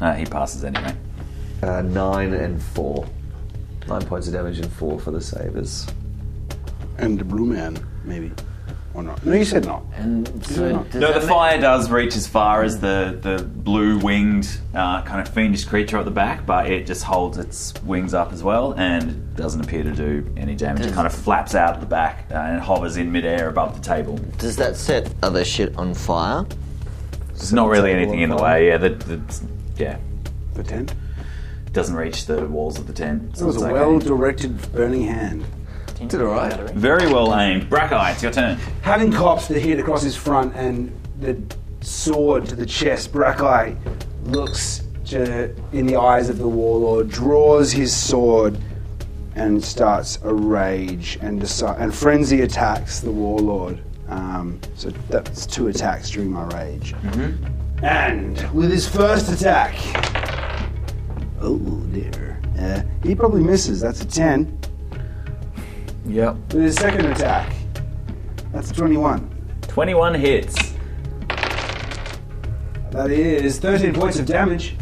A: Uh, he passes anyway.
F: Uh, nine and four. Nine points of damage and four for the savers.
I: And the blue man, maybe. Or not. No, you said not.
E: And so does
A: No,
E: that
A: the fire does reach as far as the, the blue winged, uh, kind of fiendish creature at the back, but it just holds its wings up as well and doesn't appear to do any damage. It kind of flaps out at the back uh, and hovers in midair above the table.
E: Does that set other shit on fire?
A: There's not really anything in the way, yeah. The, the, yeah.
I: The tent.
A: doesn't reach the walls of the tent.
I: It
A: So
I: was
A: it's
I: a
A: okay.
I: well directed burning hand.
F: Did alright.
A: Very well aimed. Brackeye, it's your turn.
C: Having cops that hit across his front and the sword to the chest, Brackeye looks to, in the eyes of the warlord, draws his sword, and starts a rage and deci- and frenzy attacks the warlord. Um, so that's two attacks during my rage. And with his first attack, oh dear, uh, he probably misses. That's a ten.
A: Yep.
C: With his second attack, that's a twenty-one.
A: 21 hits.
C: That is 13 points of damage.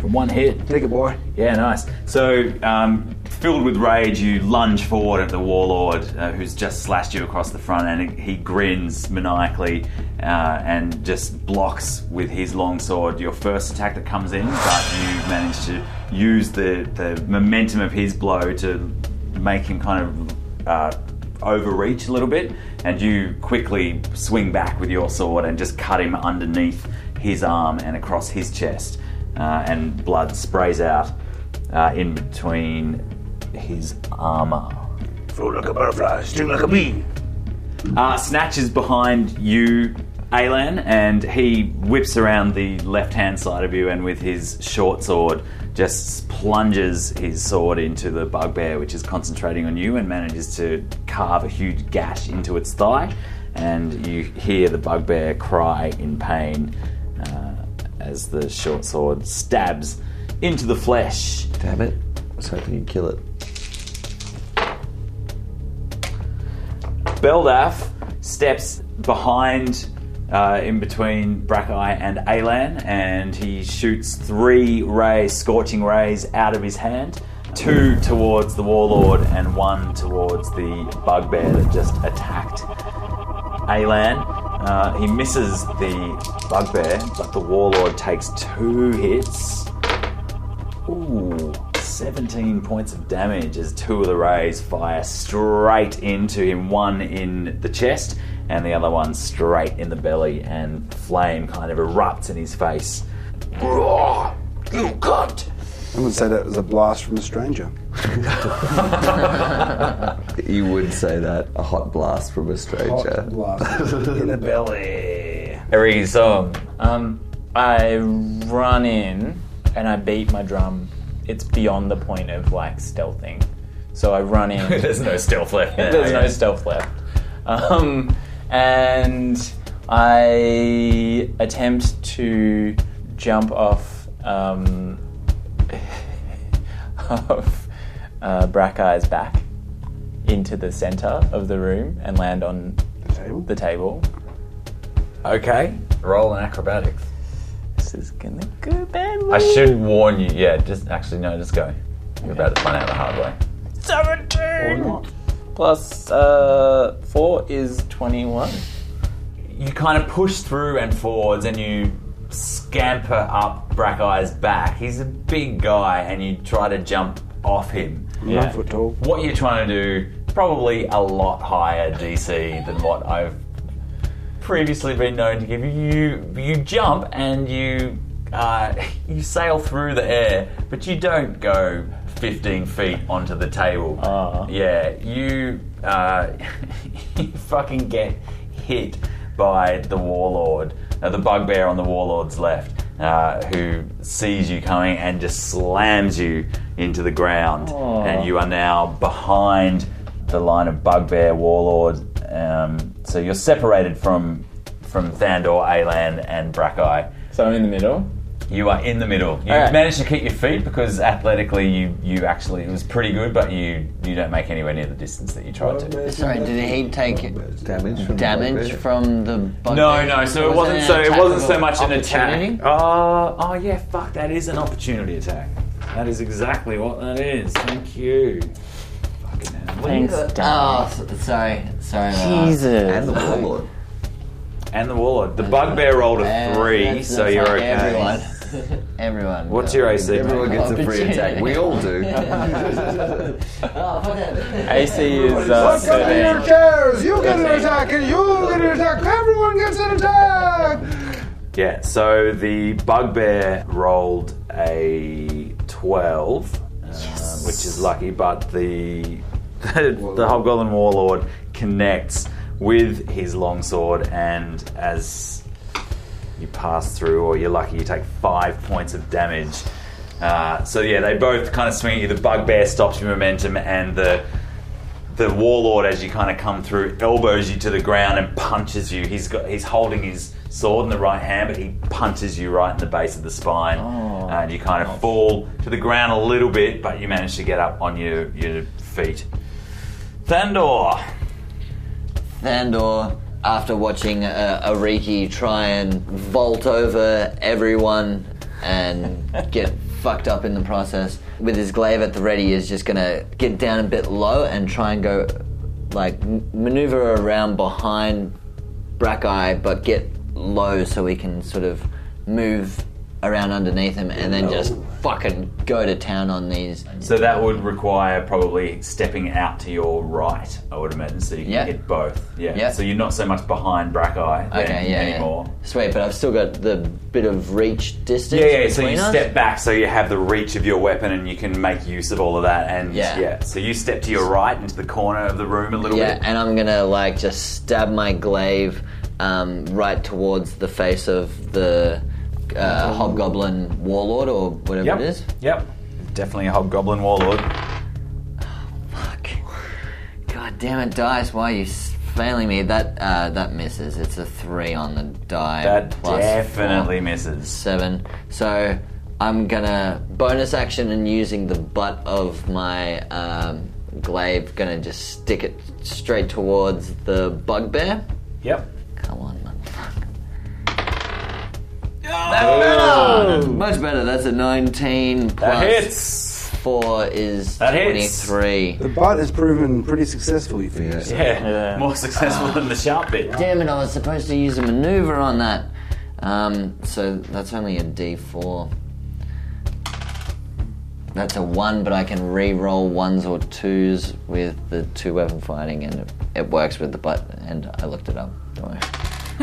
A: From one hit.
C: Take it, boy.
A: Yeah, nice. So, um, filled with rage, you lunge forward at the warlord uh, who's just slashed you across the front, and he grins maniacally uh, and just blocks with his longsword your first attack that comes in, but you manage to use the, the momentum of his blow to make him kind of uh, overreach a little bit, and you quickly swing back with your sword and just cut him underneath his arm and across his chest, uh, and blood sprays out uh, in between his armor.
I: Flew like a butterfly, sting like a bee.
A: Uh, Snatch is behind you, Alan, and he whips around the left hand side of you and with his short sword just plunges his sword into the bugbear, which is concentrating on you, and manages to carve a huge gash into its thigh. And you hear the bugbear cry in pain uh, as the short sword stabs into the flesh.
F: Damn it. I was hoping you'd kill it.
A: Beldaf steps behind, uh, in between Brackeye and Alan, and he shoots three rays, scorching rays, out of his hand. Two towards the warlord and one towards the bugbear that just attacked Alan. Uh, he misses the bugbear, but the warlord takes two hits. Ooh, 17 points of damage as two of the rays fire straight into him, one in the chest and the other one straight in the belly, and flame kind of erupts in his face. Roar! You cunt!
I: I would say that was a blast from a stranger.
F: You would say that. A hot blast from a stranger.
C: Hot blast.
F: in the belly.
D: Every song. Um, I run in and I beat my drum. It's beyond the point of like stealthing. So I run in.
A: There's no stealth left. there.
D: There's no stealth left. Um, and I attempt to jump off um, of uh, Brackeye's back into the center of the room and land on
I: Table?
D: the table.
A: Okay, roll an acrobatics.
D: This is gonna go badly.
A: I should warn you, yeah, just actually, no, just go. You're about to find out the hard way.
D: 17 plus uh, 4 is 21.
A: you kind of push through and forwards and you scamper up Brackeye's back. He's a big guy and you try to jump off him.
I: Nine foot tall.
A: What you're trying to do, probably a lot higher DC than what I've previously been known to give you. You, you jump and you, uh, you sail through the air, but you don't go 15 feet onto the table.
D: Ah.
A: Yeah, you, uh, you fucking get hit by the warlord, uh, the bugbear on the warlord's left, uh, who sees you coming and just slams you into the ground. And you are now behind the line of bugbear warlord. Um, so you're separated from from Thandor, Alan, and Brackeye.
D: So I'm in the middle.
A: You are in the middle. You
D: Alright.
A: managed to keep your feet because athletically you, you actually it was pretty good, but you you don't make anywhere near the distance that you tried to.
E: Sorry, did he take
F: Damage from
E: damage
F: the
E: from the? bug-
A: No, no. So it wasn't.
E: an
A: So it
E: attack
A: wasn't
E: of
A: so much an
E: opportunity?
A: attack. Oh, oh yeah. Fuck. That is an opportunity attack. That is exactly what that is. Thank you. Fucking hell.
E: Oh, s- sorry, sorry. about that.
F: And the warlord.
A: And the warlord. The bugbear rolled a
E: Uh,
A: three,
E: that's-
A: so
E: that's
A: you're
E: like
A: okay.
E: Everyone. everyone.
A: What's your AC?
F: Everyone
A: mate?
F: gets a free attack. We all do.
E: Oh, fuck it.
D: AC is uh,
I: Look under
D: 13.
I: your chairs! You get an
D: Thirteen.
I: attack, and you get an attack. Everyone gets an attack.
A: Yeah. So the bugbear rolled a twelve, uh, which is lucky, but the the, the hobgoblin warlord connects with his longsword, and as you pass through, or you're lucky, you take five points of damage. Uh, so yeah, they both kind of swing at you. The bugbear stops your momentum, and the the warlord, as you kind of come through, elbows you to the ground and punches you. He's got he's holding his sword in the right hand, but he punches you right in the base of the spine,
E: Oh.
A: and you kind of fall to the ground a little bit, but you manage to get up on your your feet. Thandor,
E: Thandor, after watching uh, Ariki try and vault over everyone and get fucked up in the process, with his glaive at the ready, is just gonna get down a bit low and try and go, like, m- maneuver around behind Brackeye, but get low so he can sort of move around underneath him and then just fucking go to town on these.
A: So that would require probably stepping out to your right, I would imagine, so you can
E: Yeah.
A: get both. Yeah.
E: Yeah.
A: So you're not so much behind Brackeye then
E: Okay, yeah,
A: anymore.
E: yeah. Sweet, but I've still got the bit of reach distance.
A: Yeah, yeah. So
E: between
A: you
E: us.
A: step back, so you have the reach of your weapon, and you can make use of all of that. And
E: Yeah.
A: yeah, so you step to your right into the corner of the room a little
E: Yeah,
A: bit.
E: and I'm gonna like just stab my glaive um, right towards the face of the uh, hobgoblin warlord or whatever
A: Yep.
E: it is.
A: Yep. Definitely a hobgoblin warlord.
E: Fuck. God damn it, dice! Why are you s- failing me? That uh, that misses. It's a three on the die.
A: That
E: plus
A: definitely
E: four.
A: misses.
E: seven. So I'm gonna bonus action and using the butt of my um, glaive, gonna just stick it straight towards the bugbear.
A: Yep.
E: Come on, motherfucker. That's better. Much better. That's a 19 plus
A: That hits.
E: 4 is
A: That hits.
E: 23.
I: The bot has proven pretty successful, you figure.
A: Yeah. More successful than the sharp bit.
E: Damn it, I was supposed to use a maneuver on that. Um, so that's only a d4. That's a 1, but I can re roll 1s or 2s with the 2 weapon fighting, and it, it works with the butt. And I looked it up. Don't worry.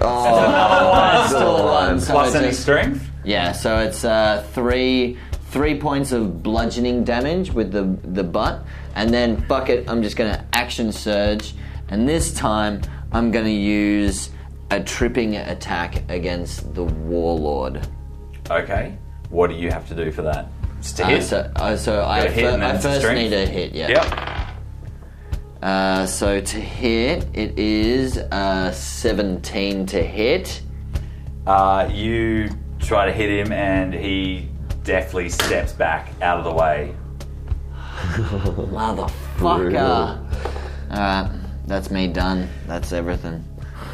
F: Oh,
E: Still a one, so
A: Plus
E: it's
A: any
E: just-
A: strength.
E: Yeah, so it's uh, three three points of bludgeoning damage with the the butt, and then bucket. I'm just gonna action surge, and this time I'm gonna use a tripping attack against the warlord.
A: Okay. What do you have to do for that? Just to
E: Uh,
A: hit.
E: so uh, so I,
A: Gotta hit
E: fir-
A: and then
E: I
A: it's a
E: first
A: strength.
E: need a hit. Yeah.
A: Yep.
E: Uh, so to hit, it is uh, 17 to hit.
A: Uh, you try to hit him, and he deftly steps back out of the way.
E: Motherfucker. Alright, that's me done. That's everything.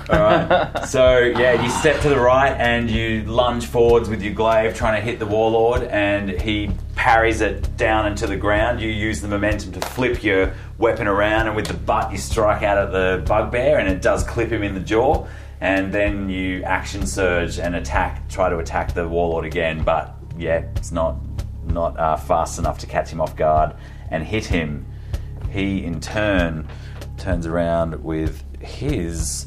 A: So yeah, you step to the right and you lunge forwards with your glaive, trying to hit the warlord, and he parries it down into the ground. You use the momentum to flip your weapon around, and with the butt you strike out at the bugbear, and it does clip him in the jaw. And then you action surge and attack, try to attack the warlord again, but yeah, it's not not uh, fast enough to catch him off guard and hit him. He in turn turns around with his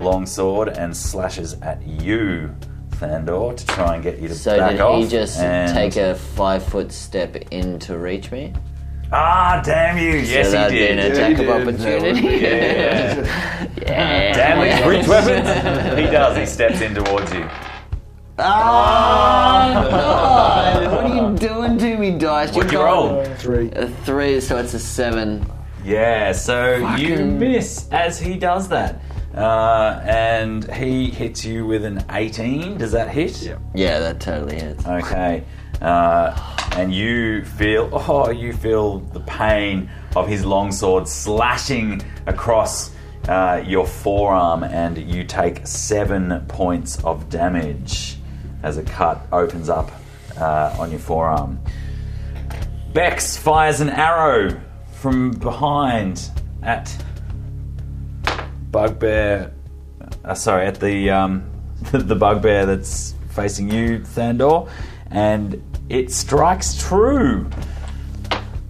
A: longsword and slashes at you, Thandor, to try and get you to
E: So
A: back
E: did
A: off.
E: he just
A: and-
E: take a five foot step in to reach me?
A: Ah, damn you! Yes,
E: so
A: he
E: that'd
A: did.
E: be an
A: Yeah.
E: attack of opportunity. Yeah.
A: Damn these rich weapons! he does. He steps in towards you.
E: Oh, What are you doing to me, Dice?
A: What'd you
E: got
A: roll?
I: Three.
E: A three, so it's a seven.
A: Yeah, so you
E: Fucking-
A: miss as he does that. Uh, and he hits you with an 18. Does that hit? Yeah.
E: Yeah, that totally hits.
A: Okay. Uh, and you feel, oh, you feel the pain of his longsword slashing across uh, your forearm, and you take seven points of damage as a cut opens up uh, on your forearm. Bex fires an arrow from behind at Bugbear. Uh, sorry, at the um, the, Bugbear that's facing you, Thandor, and it strikes true.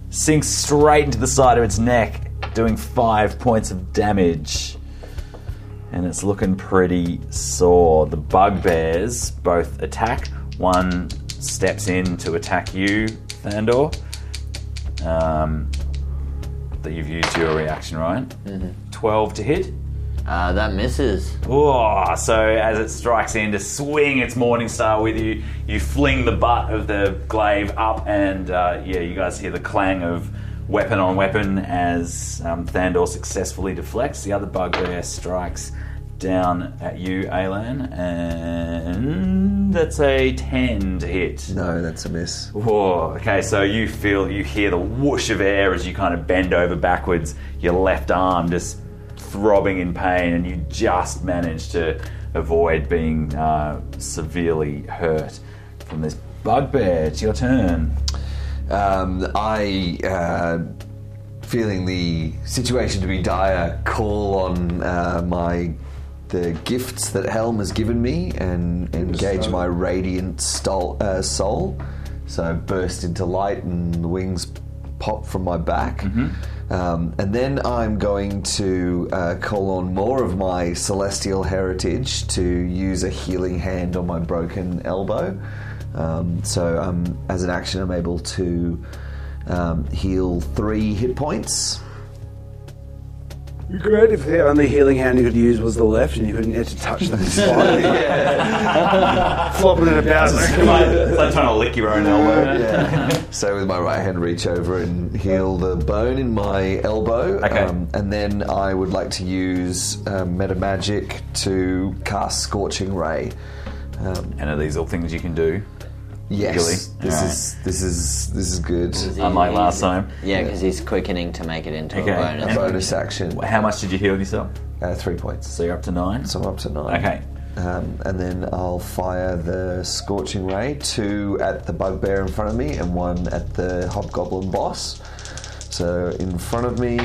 A: Sinks straight into the side of its neck, doing five points of damage. And it's looking pretty sore. The bugbears both attack. One steps in to attack you, Thandor. Um, that you've used your reaction, right? 12 to hit.
E: Uh, that misses.
A: Oh, so as it strikes in to swing its morning star with you, you fling the butt of the glaive up, and uh, yeah, you guys hear the clang of weapon on weapon as um, Thandor successfully deflects. The other bugbear strikes down at you, Alan, and that's a 10 to hit.
F: no, that's a miss.
A: Whoa, okay, so you feel, you hear the whoosh of air as you kind of bend over backwards, your left arm just throbbing in pain, and you just manage to avoid being uh, severely hurt from this bugbear. It's your turn.
F: Um, I, uh, feeling the situation to be dire, call on uh, my the gifts that Helm has given me and engage my radiant stol- uh, soul. So I burst into light and the wings pop from my back. Um, and then I'm going to uh, call on more of my celestial heritage to use a healing hand on my broken elbow. Um, so um, as an action, I'm able to um, heal three hit points.
I: Great if the only healing hand you could use was the left and you couldn't get to touch the spot. Flopping it about.
A: It's like, it's like trying to lick your own elbow.
F: So with my right hand, reach over and heal the bone in my elbow. Um,
A: Okay.
F: and then I would like to use um, meta magic to cast scorching ray.
A: And are these all things you can do?
F: Yes,
A: Really?
F: this
A: Alright.
F: is this is this is good.
A: Unlike last time.
E: Yeah, because he's quickening to make it into
A: Okay.
E: a bonus.
A: And-
F: Bonus action,
A: How much did you heal yourself?
F: uh, three points.
A: So you're up to nine.
F: So I'm up to nine.
A: Okay.
F: Um, and then I'll fire the scorching ray, two at the bugbear in front of me and one at the hobgoblin boss. So in front of me,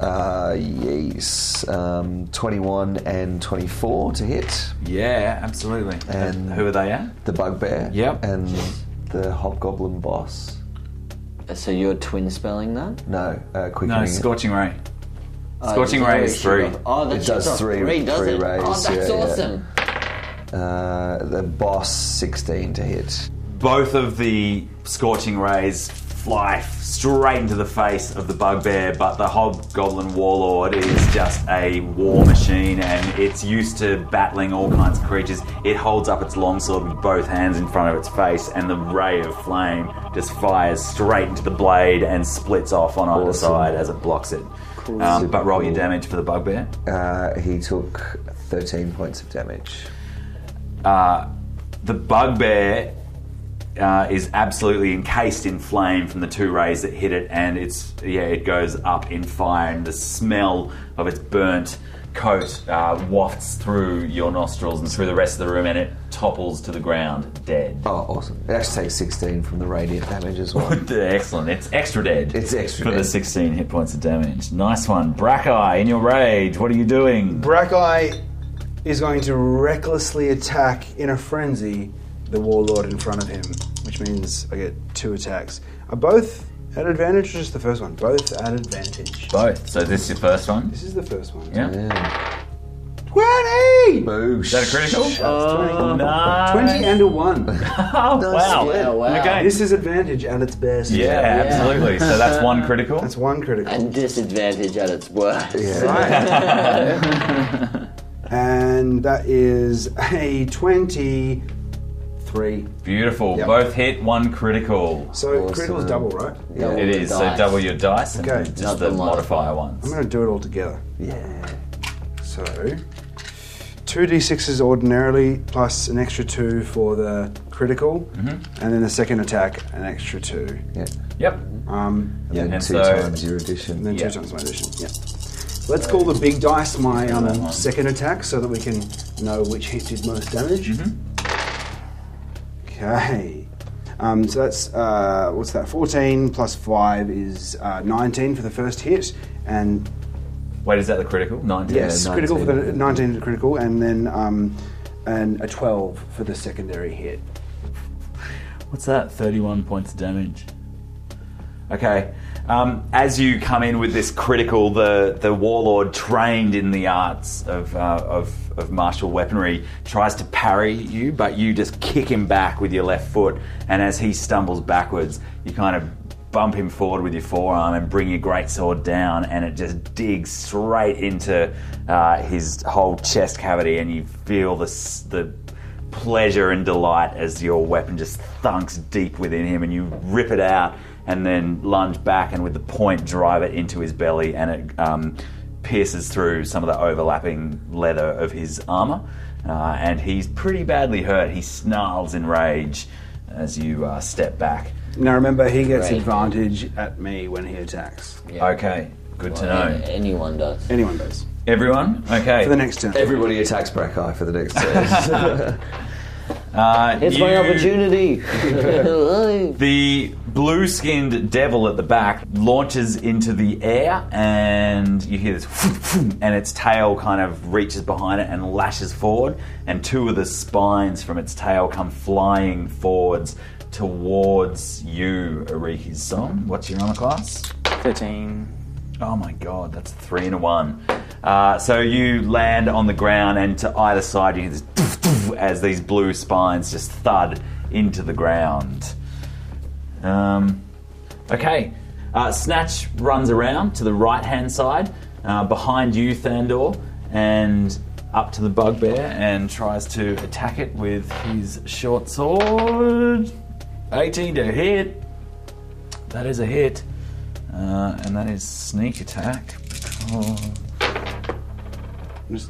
F: uh, yes, um, 21 and 24 to hit
A: Yeah, absolutely.
F: And-
A: who are they at?
F: the bugbear.
A: Yep.
F: And the hobgoblin boss.
E: Uh, So you're twin spelling that?
F: No, uh, quickening.
A: No, scorching ray. Scorching ray is three.
E: Oh,
F: It
E: that's
F: does three-
E: three, does
F: three
E: it?
F: rays,
E: Oh, that's
F: yeah, yeah.
E: awesome.
F: uh, the boss 16 to hit.
A: Both of the scorching rays fly straight into the face of the bugbear, but the hobgoblin warlord is just a war machine and it's used to battling all kinds of creatures. It holds up its longsword with both hands in front of its face, and the ray of flame just fires straight into the blade and splits off on either
F: Awesome.
A: side as it blocks it. Um, but roll your damage for the bugbear.
F: Uh, he took 13 points of damage.
A: The bugbear uh, is absolutely encased in flame from the two rays that hit it, and it's yeah, it goes up in fire, and the smell of its burnt coat uh, wafts through your nostrils and through the rest of the room, and it topples to the ground dead.
F: Oh, awesome. It actually takes 16 from the radiant damage as well.
A: Excellent. It's extra dead.
F: It's extra
A: for the
F: dead.
A: 16 hit points of damage. Nice one, Brackeye. In your rage, what are you doing?
C: Brackeye is going to recklessly attack in a frenzy the warlord in front of him, which means I get two attacks. Are both at advantage or just the first one? Both at advantage.
A: Both. So this is your first one.
C: This is the first one.
A: Yeah.
F: Yeah.
C: 20!
F: Boosh.
A: Is that a critical?
C: Oh,
A: Uh, nice.
C: 20 and a 1.
A: wow.
E: Yeah, wow.
A: Oh, Okay.
C: This is advantage at its best.
A: Yeah, absolutely. So that's one critical.
C: That's one critical.
E: And disadvantage at its worst.
C: Right. and that is a 23.
A: Beautiful.
C: Yep.
A: Both hit, one critical.
C: So critical's double, right?
A: It is. So double your dice and
C: Okay.
A: just
E: Not
A: the
E: the
A: modifier ones.
C: I'm going to do it all together.
F: Yeah.
C: So, two d6s ordinarily plus an extra two for the critical,
F: Mm-hmm.
C: and then the second attack an extra two.
F: Yeah.
A: Yep.
C: Um,
F: And then
A: And
F: two
A: so-
F: times your addition.
C: and then
A: Yeah.
C: two times my addition. Yeah. Let's call the big dice my um, second attack so that we can know which hit did most damage. Okay. Um, so that's uh, what's that? Fourteen plus five is uh, nineteen for the first hit, and
A: Wait, is that the critical? 19.
C: Yes,
F: Yeah,
C: critical for the
F: 19.
C: 19 to critical, and then um, and a 12 for the secondary hit.
A: What's that? 31 points of damage. Okay. Um, as you come in with this critical, the, the warlord trained in the arts of, uh, of, of martial weaponry tries to parry you, but you just kick him back with your left foot. And as he stumbles backwards, you kind of bump him forward with your forearm and bring your greatsword down, and it just digs straight into uh, his whole chest cavity, and you feel the, s- the pleasure and delight as your weapon just thunks deep within him and you rip it out and then lunge back and with the point drive it into his belly and it um, pierces through some of the overlapping leather of his armor uh, and he's pretty badly hurt he snarls in rage as you uh, step back
C: Now remember, he gets
E: Great.
C: advantage at me when he attacks.
A: okay good to know
E: A- Anyone does.
C: Anyone does.
A: everyone okay
C: For the next turn.
F: Everybody attacks Brackeye for the next turn.
A: Uh,
E: It's my
A: you-
E: opportunity.
A: The blue skinned devil at the back launches into the air, and you hear this, and its tail kind of reaches behind it and lashes forward, and two of the spines from its tail come flying forwards towards you, Ariki's son. What's your armor class?
B: 13.
A: Oh my god, that's three and a one. Uh, so you land on the ground, and to either side, you hear this doof, doof, as these blue spines just thud into the ground. Um, okay, uh, Snatch runs around to the right hand side, uh, behind you, Thandor, and up to the bugbear and tries to attack it with his short sword. 18 to hit. That is a hit. Uh, and that is sneak attack. because-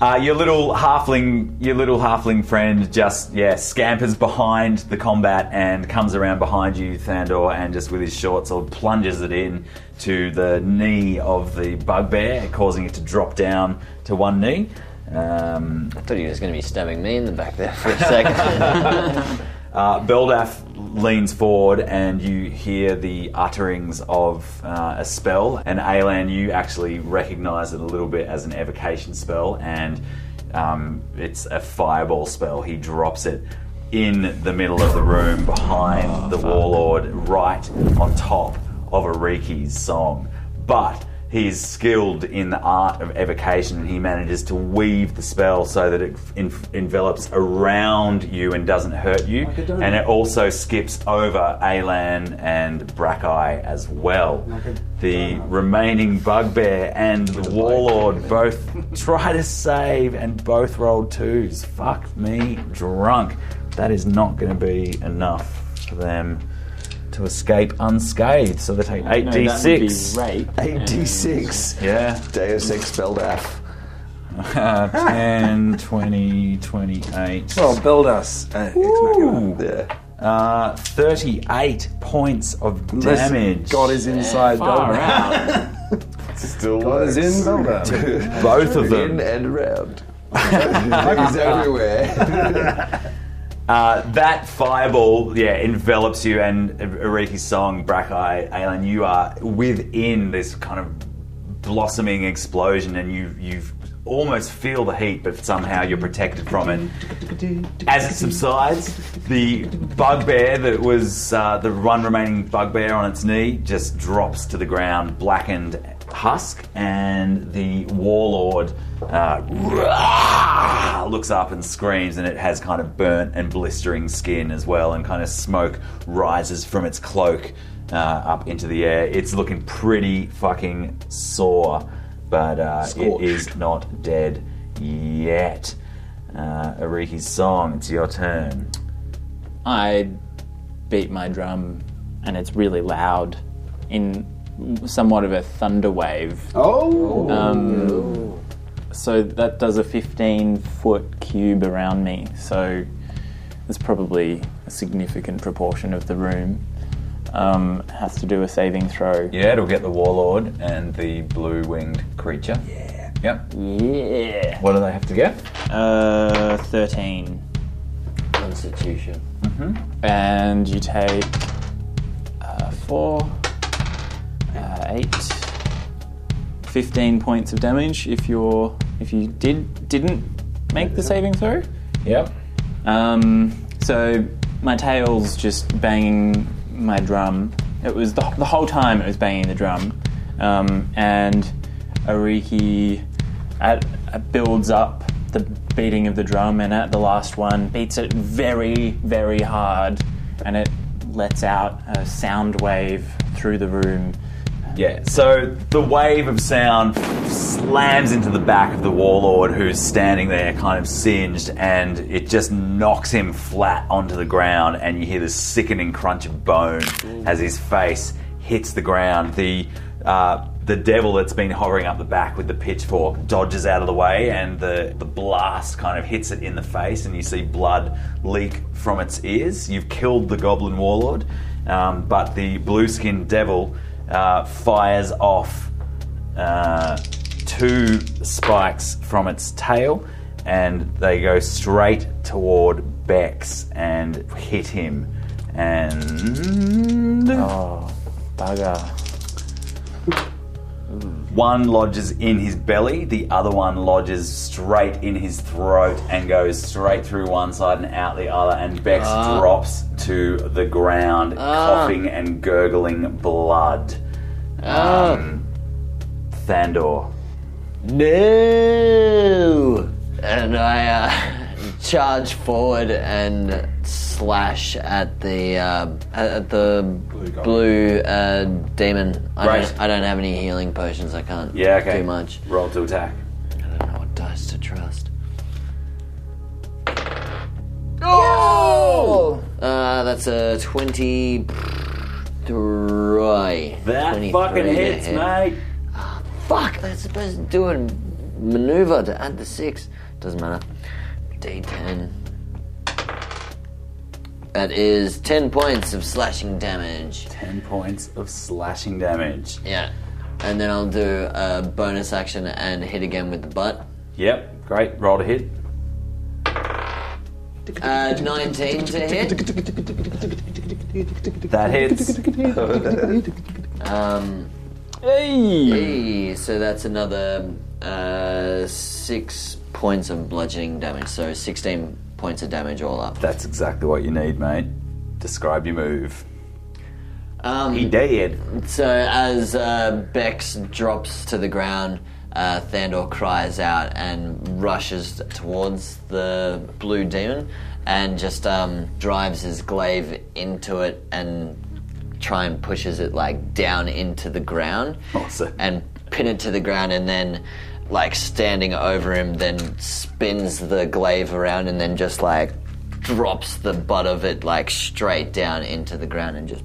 A: Uh, your little halfling, your little halfling friend, just yeah, scampers behind the combat and comes around behind you, Thandor, and just with his short sword plunges it in to the knee of the bugbear, causing it to drop down to one knee. Um,
E: I thought you were just going to be stabbing me in the back there for a second.
A: Uh, Beldaf leans forward, and you hear the utterings of uh, a spell. And Alan, you actually recognise it a little bit as an evocation spell, and um, it's a fireball spell. He drops it in the middle of the room, behind the warlord, right on top of Ariki's song. But he is skilled in the art of evocation and he manages to weave the spell so that it en- envelops around you and doesn't hurt you.
C: Like a donut.
A: And it also skips over Alan and Brackeye as well.
C: Like a
A: The remaining bugbear and the warlord both try to save and both roll twos. Fuck me, drunk. That is not going to be enough for them to escape unscathed. So they take
D: No, that would be
A: 8d6.
D: rape.
F: 86.
A: Yeah.
F: Deus Ex spelled af.
A: Uh, 10, 20, 28.
C: Well, build us. Uh, Ex Machina.
A: Ooh,
F: Yeah.
A: uh, 38 points of
C: Unless
A: damage.
C: God is inside.
D: Far
C: God
D: out.
F: Still
C: is
F: works.
C: in. Build us.
A: Both of
F: in
A: them.
F: and around. He's everywhere.
A: Uh, that fireball, yeah, envelops you, and Ariki's song, Brackeye, Alan, you are within this kind of blossoming explosion, and you you almost feel the heat, but somehow you're protected from it. As it subsides, the bugbear that was uh, the one remaining bugbear on its knee just drops to the ground, blackened husk, and the warlord uh, looks up and screams, and it has kind of burnt and blistering skin as well, and kind of smoke rises from its cloak uh, up into the air. It's looking pretty fucking sore, but uh, it is not dead yet. Uh, Ariki's song, it's your turn.
D: I beat my drum, and it's really loud, in somewhat of a thunder wave.
C: Oh.
D: Um, so that does a 15 foot cube around me. So there's probably a significant proportion of the room. Um, has to do a saving throw.
A: Yeah, it'll get the warlord and the blue winged creature. Yeah. Yep.
D: Yeah.
A: What do they have to get?
D: Uh, 13.
E: Constitution.
D: And you take uh, 4, uh, 8, 15 points of damage if you're if you did didn't make the saving throw.
A: Yep.
D: Um, so my tail's just banging my drum. It was the, the whole time it was banging the drum, um, and Ariki at, uh, builds up the beating of the drum, and at the last one beats it very very hard, and it lets out a sound wave through the room.
A: Yeah, so the wave of sound slams into the back of the warlord who's standing there kind of singed and it just knocks him flat onto the ground and you hear this sickening crunch of bone as his face hits the ground. The uh, the devil that's been hovering up the back with the pitchfork dodges out of the way and the, the blast kind of hits it in the face and you see blood leak from its ears. You've killed the goblin warlord, um, but the blue skinned devil uh, fires off uh, two spikes from its tail and they go straight toward Bex and hit him. And.
D: Oh, bugger.
A: One lodges in his belly, the other one lodges straight in his throat and goes straight through one side and out the other. And Bex
E: Ah.
A: drops to the ground, coughing and gurgling blood.
E: Ah.
A: Um, Thandor.
E: No! And I uh, charge forward and slash at the uh, at at the blue,
I: goblin.
E: uh, demon. I,
A: Right.
E: don't, I don't have any healing potions. I can't
A: Yeah, okay.
E: do much.
A: Roll to attack.
E: I don't know what dice to trust. Oh! Uh, that's a twenty.
A: That fucking hits, mate.
E: Fuck, that's supposed to do a maneuver to add the six. Doesn't matter. D10. That is 10 points of slashing damage.
A: 10 points of slashing damage.
E: Yeah. And then I'll do a bonus action and hit again with the butt.
A: Yep, great. Roll to hit.
E: Uh, 19 to hit.
A: That hits.
E: Um, hey, So that's another uh, 6 points of bludgeoning damage. So 16 points of damage all up.
A: That's exactly what you need, mate. Describe your move.
E: Um,
A: He did.
E: So as uh, Bex drops to the ground, uh, Thandor cries out and rushes towards the blue demon and just um, drives his glaive into it and try and pushes it like down into the ground
A: Awesome.
E: and pin it to the ground and then like standing over him then spins the glaive around and then just like drops the butt of it like straight down into the ground and just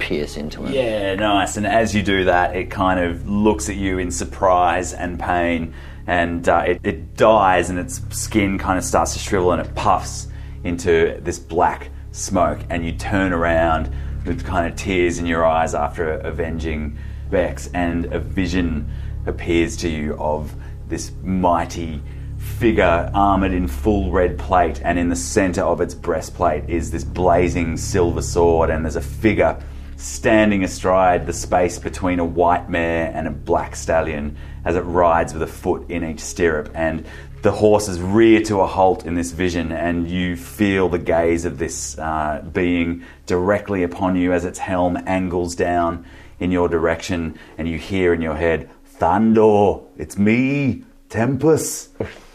E: pierce into him.
A: Yeah, nice. And as you do that, it kind of looks at you in surprise and pain, and uh, it, it dies, and its skin kind of starts to shrivel, and it puffs into this black smoke. And you turn around with kind of tears in your eyes after avenging Vex, and a vision appears to you of this mighty figure armored in full red plate, and in the center of its breastplate is this blazing silver sword, and there's a figure standing astride the space between a white mare and a black stallion as it rides with a foot in each stirrup. And the horses rear to a halt in this vision, and you feel the gaze of this uh, being directly upon you as its helm angles down in your direction, and you hear in your head, Thandor, it's me, Tempus.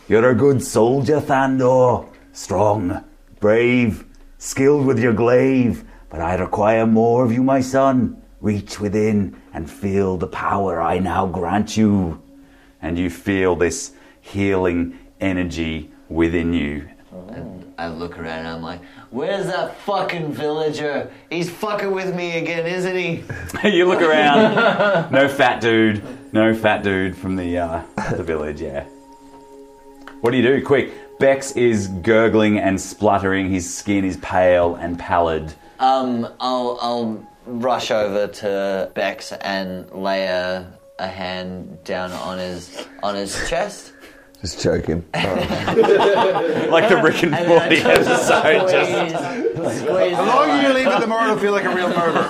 A: You're a good soldier, Thandor. Strong, brave, skilled with your glaive, but I require more of you, my son. Reach within and feel the power I now grant you. And you feel this healing energy within you.
E: I look around and I'm like, where's that fucking villager? He's fucking with me again, isn't he?
A: you look around. no fat dude. No fat dude from the uh, the village. Yeah. What do you do? Quick. Bex is gurgling and spluttering. His skin is pale and pallid.
E: Um, I'll, I'll rush over to Bex and lay a, a hand down on his on his chest.
F: Just joking.
A: Like the Rick and Morty episode.
E: Squeeze,
A: Just
E: squeeze
I: The
E: it.
I: longer you leave it, the more it'll feel like a real murder.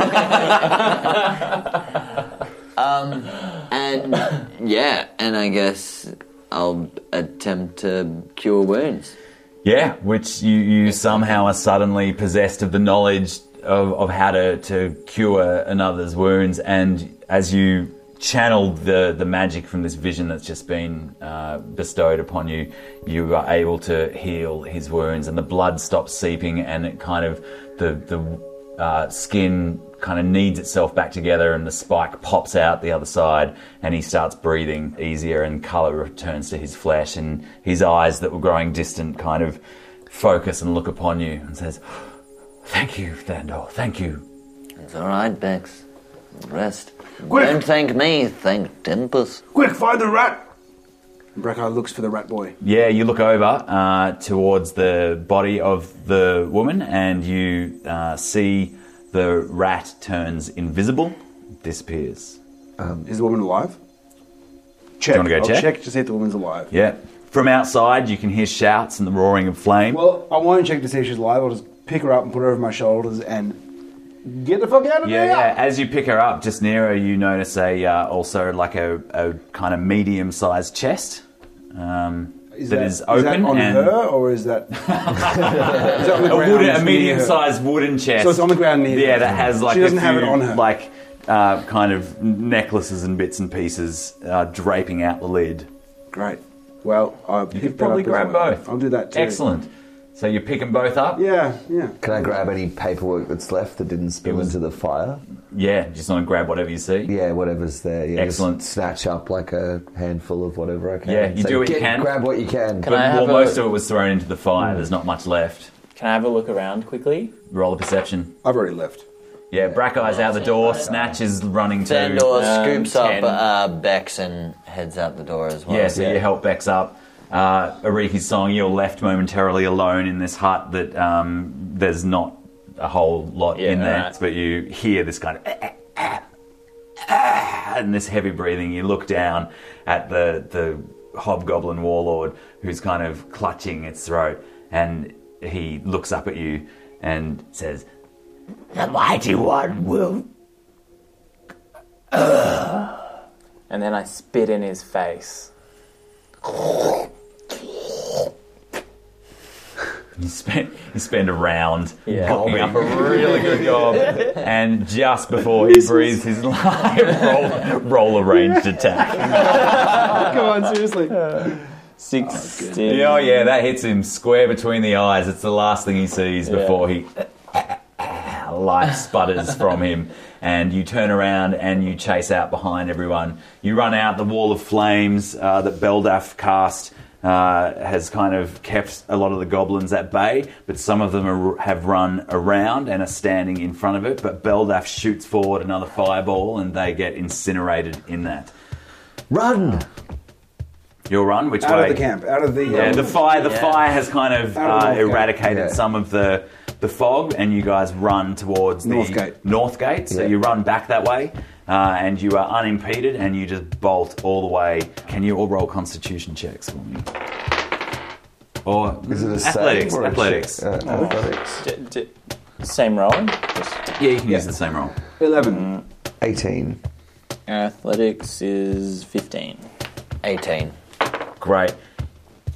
E: and yeah, and I guess I'll attempt to cure wounds.
A: yeah, which you, you somehow are suddenly possessed of the knowledge of, of how to, to cure another's wounds. And as you channel the, the magic from this vision that's just been uh, bestowed upon you, you are able to heal his wounds, and the blood stops seeping, and it kind of the the uh, skin kind of kneads itself back together and the spike pops out the other side and he starts breathing easier and color returns to his flesh and his eyes that were growing distant kind of focus and look upon you and says thank you thandor thank you
E: It's all right, Bex. Rest. Don't thank me. Thank Tempus.
C: Quick, find the rat! Brekar looks for the rat boy.
A: yeah you look over uh, towards the body of the woman and you uh, see the rat turns invisible disappears
I: Is the woman alive? Check.
A: wanna go
I: I'll
A: check?
I: to see if the woman's alive.
A: yeah From outside, you can hear shouts and the roaring of flame.
C: Well, I won't check to see if she's alive. I'll just pick her up and put her over my shoulders and get the fuck out of
A: Yeah,
C: there.
A: yeah. As you pick her up, just near her, you notice a uh, also like a, a kind of medium-sized chest um,
C: Is
A: that
C: that-
A: is open
C: that on
A: and
C: her or is that, is that on the
A: a,
C: ground
A: wooden,
C: near
A: a
C: her?
A: medium-sized wooden chest.
C: So it's on the ground near.
A: yeah,
C: her.
A: that has like
C: she doesn't
A: a
C: have it
A: few,
C: on her.
A: like uh, kind of necklaces and bits and pieces uh, draping out the lid.
C: great. Well, I
A: You could probably grab both.
C: I'll do that too.
A: Excellent. So you pick them both up.
C: Yeah, yeah.
F: Can I grab any paperwork that's left that didn't spill into the fire?
A: Yeah, just want to grab whatever you see.
F: Yeah, whatever's there. Yeah, just
A: Excellent.
F: snatch up like a handful of whatever I can.
A: Yeah, you
F: Say,
A: do what you
F: "Get-
A: can."
F: Grab what you can.
D: Can I
A: Well,
D: have
A: most
D: a,
A: of it was thrown into the fire. There's not much left.
D: Can I have a look around quickly?
A: Roll a perception.
C: I've already left.
A: Yeah, Brackeye's out the door. Snatch is running to.
E: Sandor scoops
D: ten.
E: up uh, Bex and heads out the door as well.
A: Yeah, so you help Bex up. Uh, Ariki's song, you're left momentarily alone in this hut that um, there's not a whole lot
D: Yeah,
A: in there,
D: right.
A: but you hear this kind of "Ah, ah, ah, ah," and this heavy breathing. You look down at the the hobgoblin warlord who's kind of clutching its throat, and he looks up at you and says, "The mighty one will."
D: And then I spit in his face.
A: You spend you spend a round,
D: Yeah.
A: cocking up a really good job, and just before he breathes his life, roll, roll a ranged attack.
C: Come on, seriously.
D: Sixteen.
A: Oh yeah, that hits him square between the eyes. It's the last thing he sees before he life sputters from him. And you turn around and you chase out behind everyone. You run out the wall of flames uh, that Beldaf cast. Uh, has kind of kept a lot of the goblins at bay, but some of them are, have run around and are standing in front of it. But Beldaf shoots forward another fireball, and they get incinerated in that.
F: Run!
A: You'll run which
C: Out
A: way?
C: of the camp. Out of the. um,
A: Yeah, the fire, the fire has kind of
C: Out of the
A: uh,
C: North Gate.
A: eradicated
F: Yeah.
A: some of the the fog, and you guys run towards the
C: North Gate.
A: North Gate. So
F: Yeah.
A: you run back that way, uh, and you are unimpeded, and you just bolt all the way. Can you all roll Constitution checks for me? Or
F: Is it a save
A: athletics?
F: or a
A: athletics. Oh.
F: check? Uh, athletics.
D: D- d- same roll.
A: yeah, you can use the same roll.
C: Eleven.
F: 18.
D: Athletics is fifteen.
E: 18.
A: Great.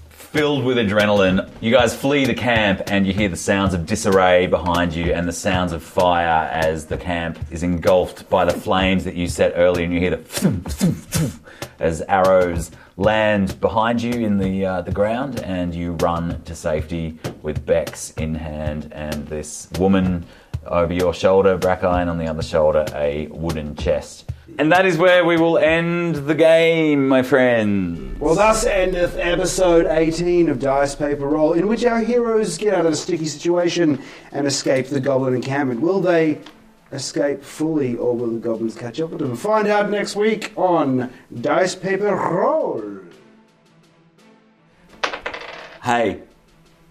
A: Filled with adrenaline, you guys flee the camp and you hear the sounds of disarray behind you and the sounds of fire as the camp is engulfed by the flames that you set earlier. And you hear the thump, thump, thump as arrows land behind you in the uh, the ground, and you run to safety with Bex in hand and this woman over your shoulder, Brackine on the other shoulder, a wooden chest. And that is where we will end the game, my friends.
C: Well, thus endeth episode 18 of Dice Paper Roll, in which our heroes get out of a sticky situation and escape the goblin encampment. Will they escape fully, or will the goblins catch up with them? Find out next week on Dice Paper Roll.
A: Hey,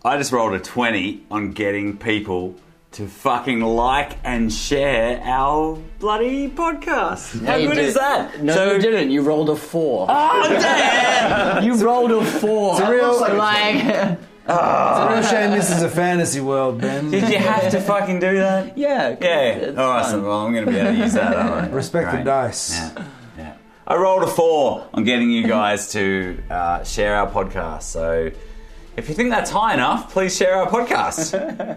A: I just rolled a 20 on getting people to fucking like and share our bloody podcast. How
E: you
A: good
E: did-
A: is that?
E: No,
A: so,
E: you didn't. You rolled a 4.
A: Oh, damn!
E: you rolled a 4. It's a real, like,
G: No shame this is a fantasy world, Ben.
A: Did you have to fucking do that?
D: Yeah.
A: Yeah. All right, so, well, I'm going to be able to use that, aren't I?
C: Respect the
A: Great.
C: dice.
A: Yeah. I rolled a four on getting you guys to uh, share our podcast. So if you think that's high enough, please share our podcast.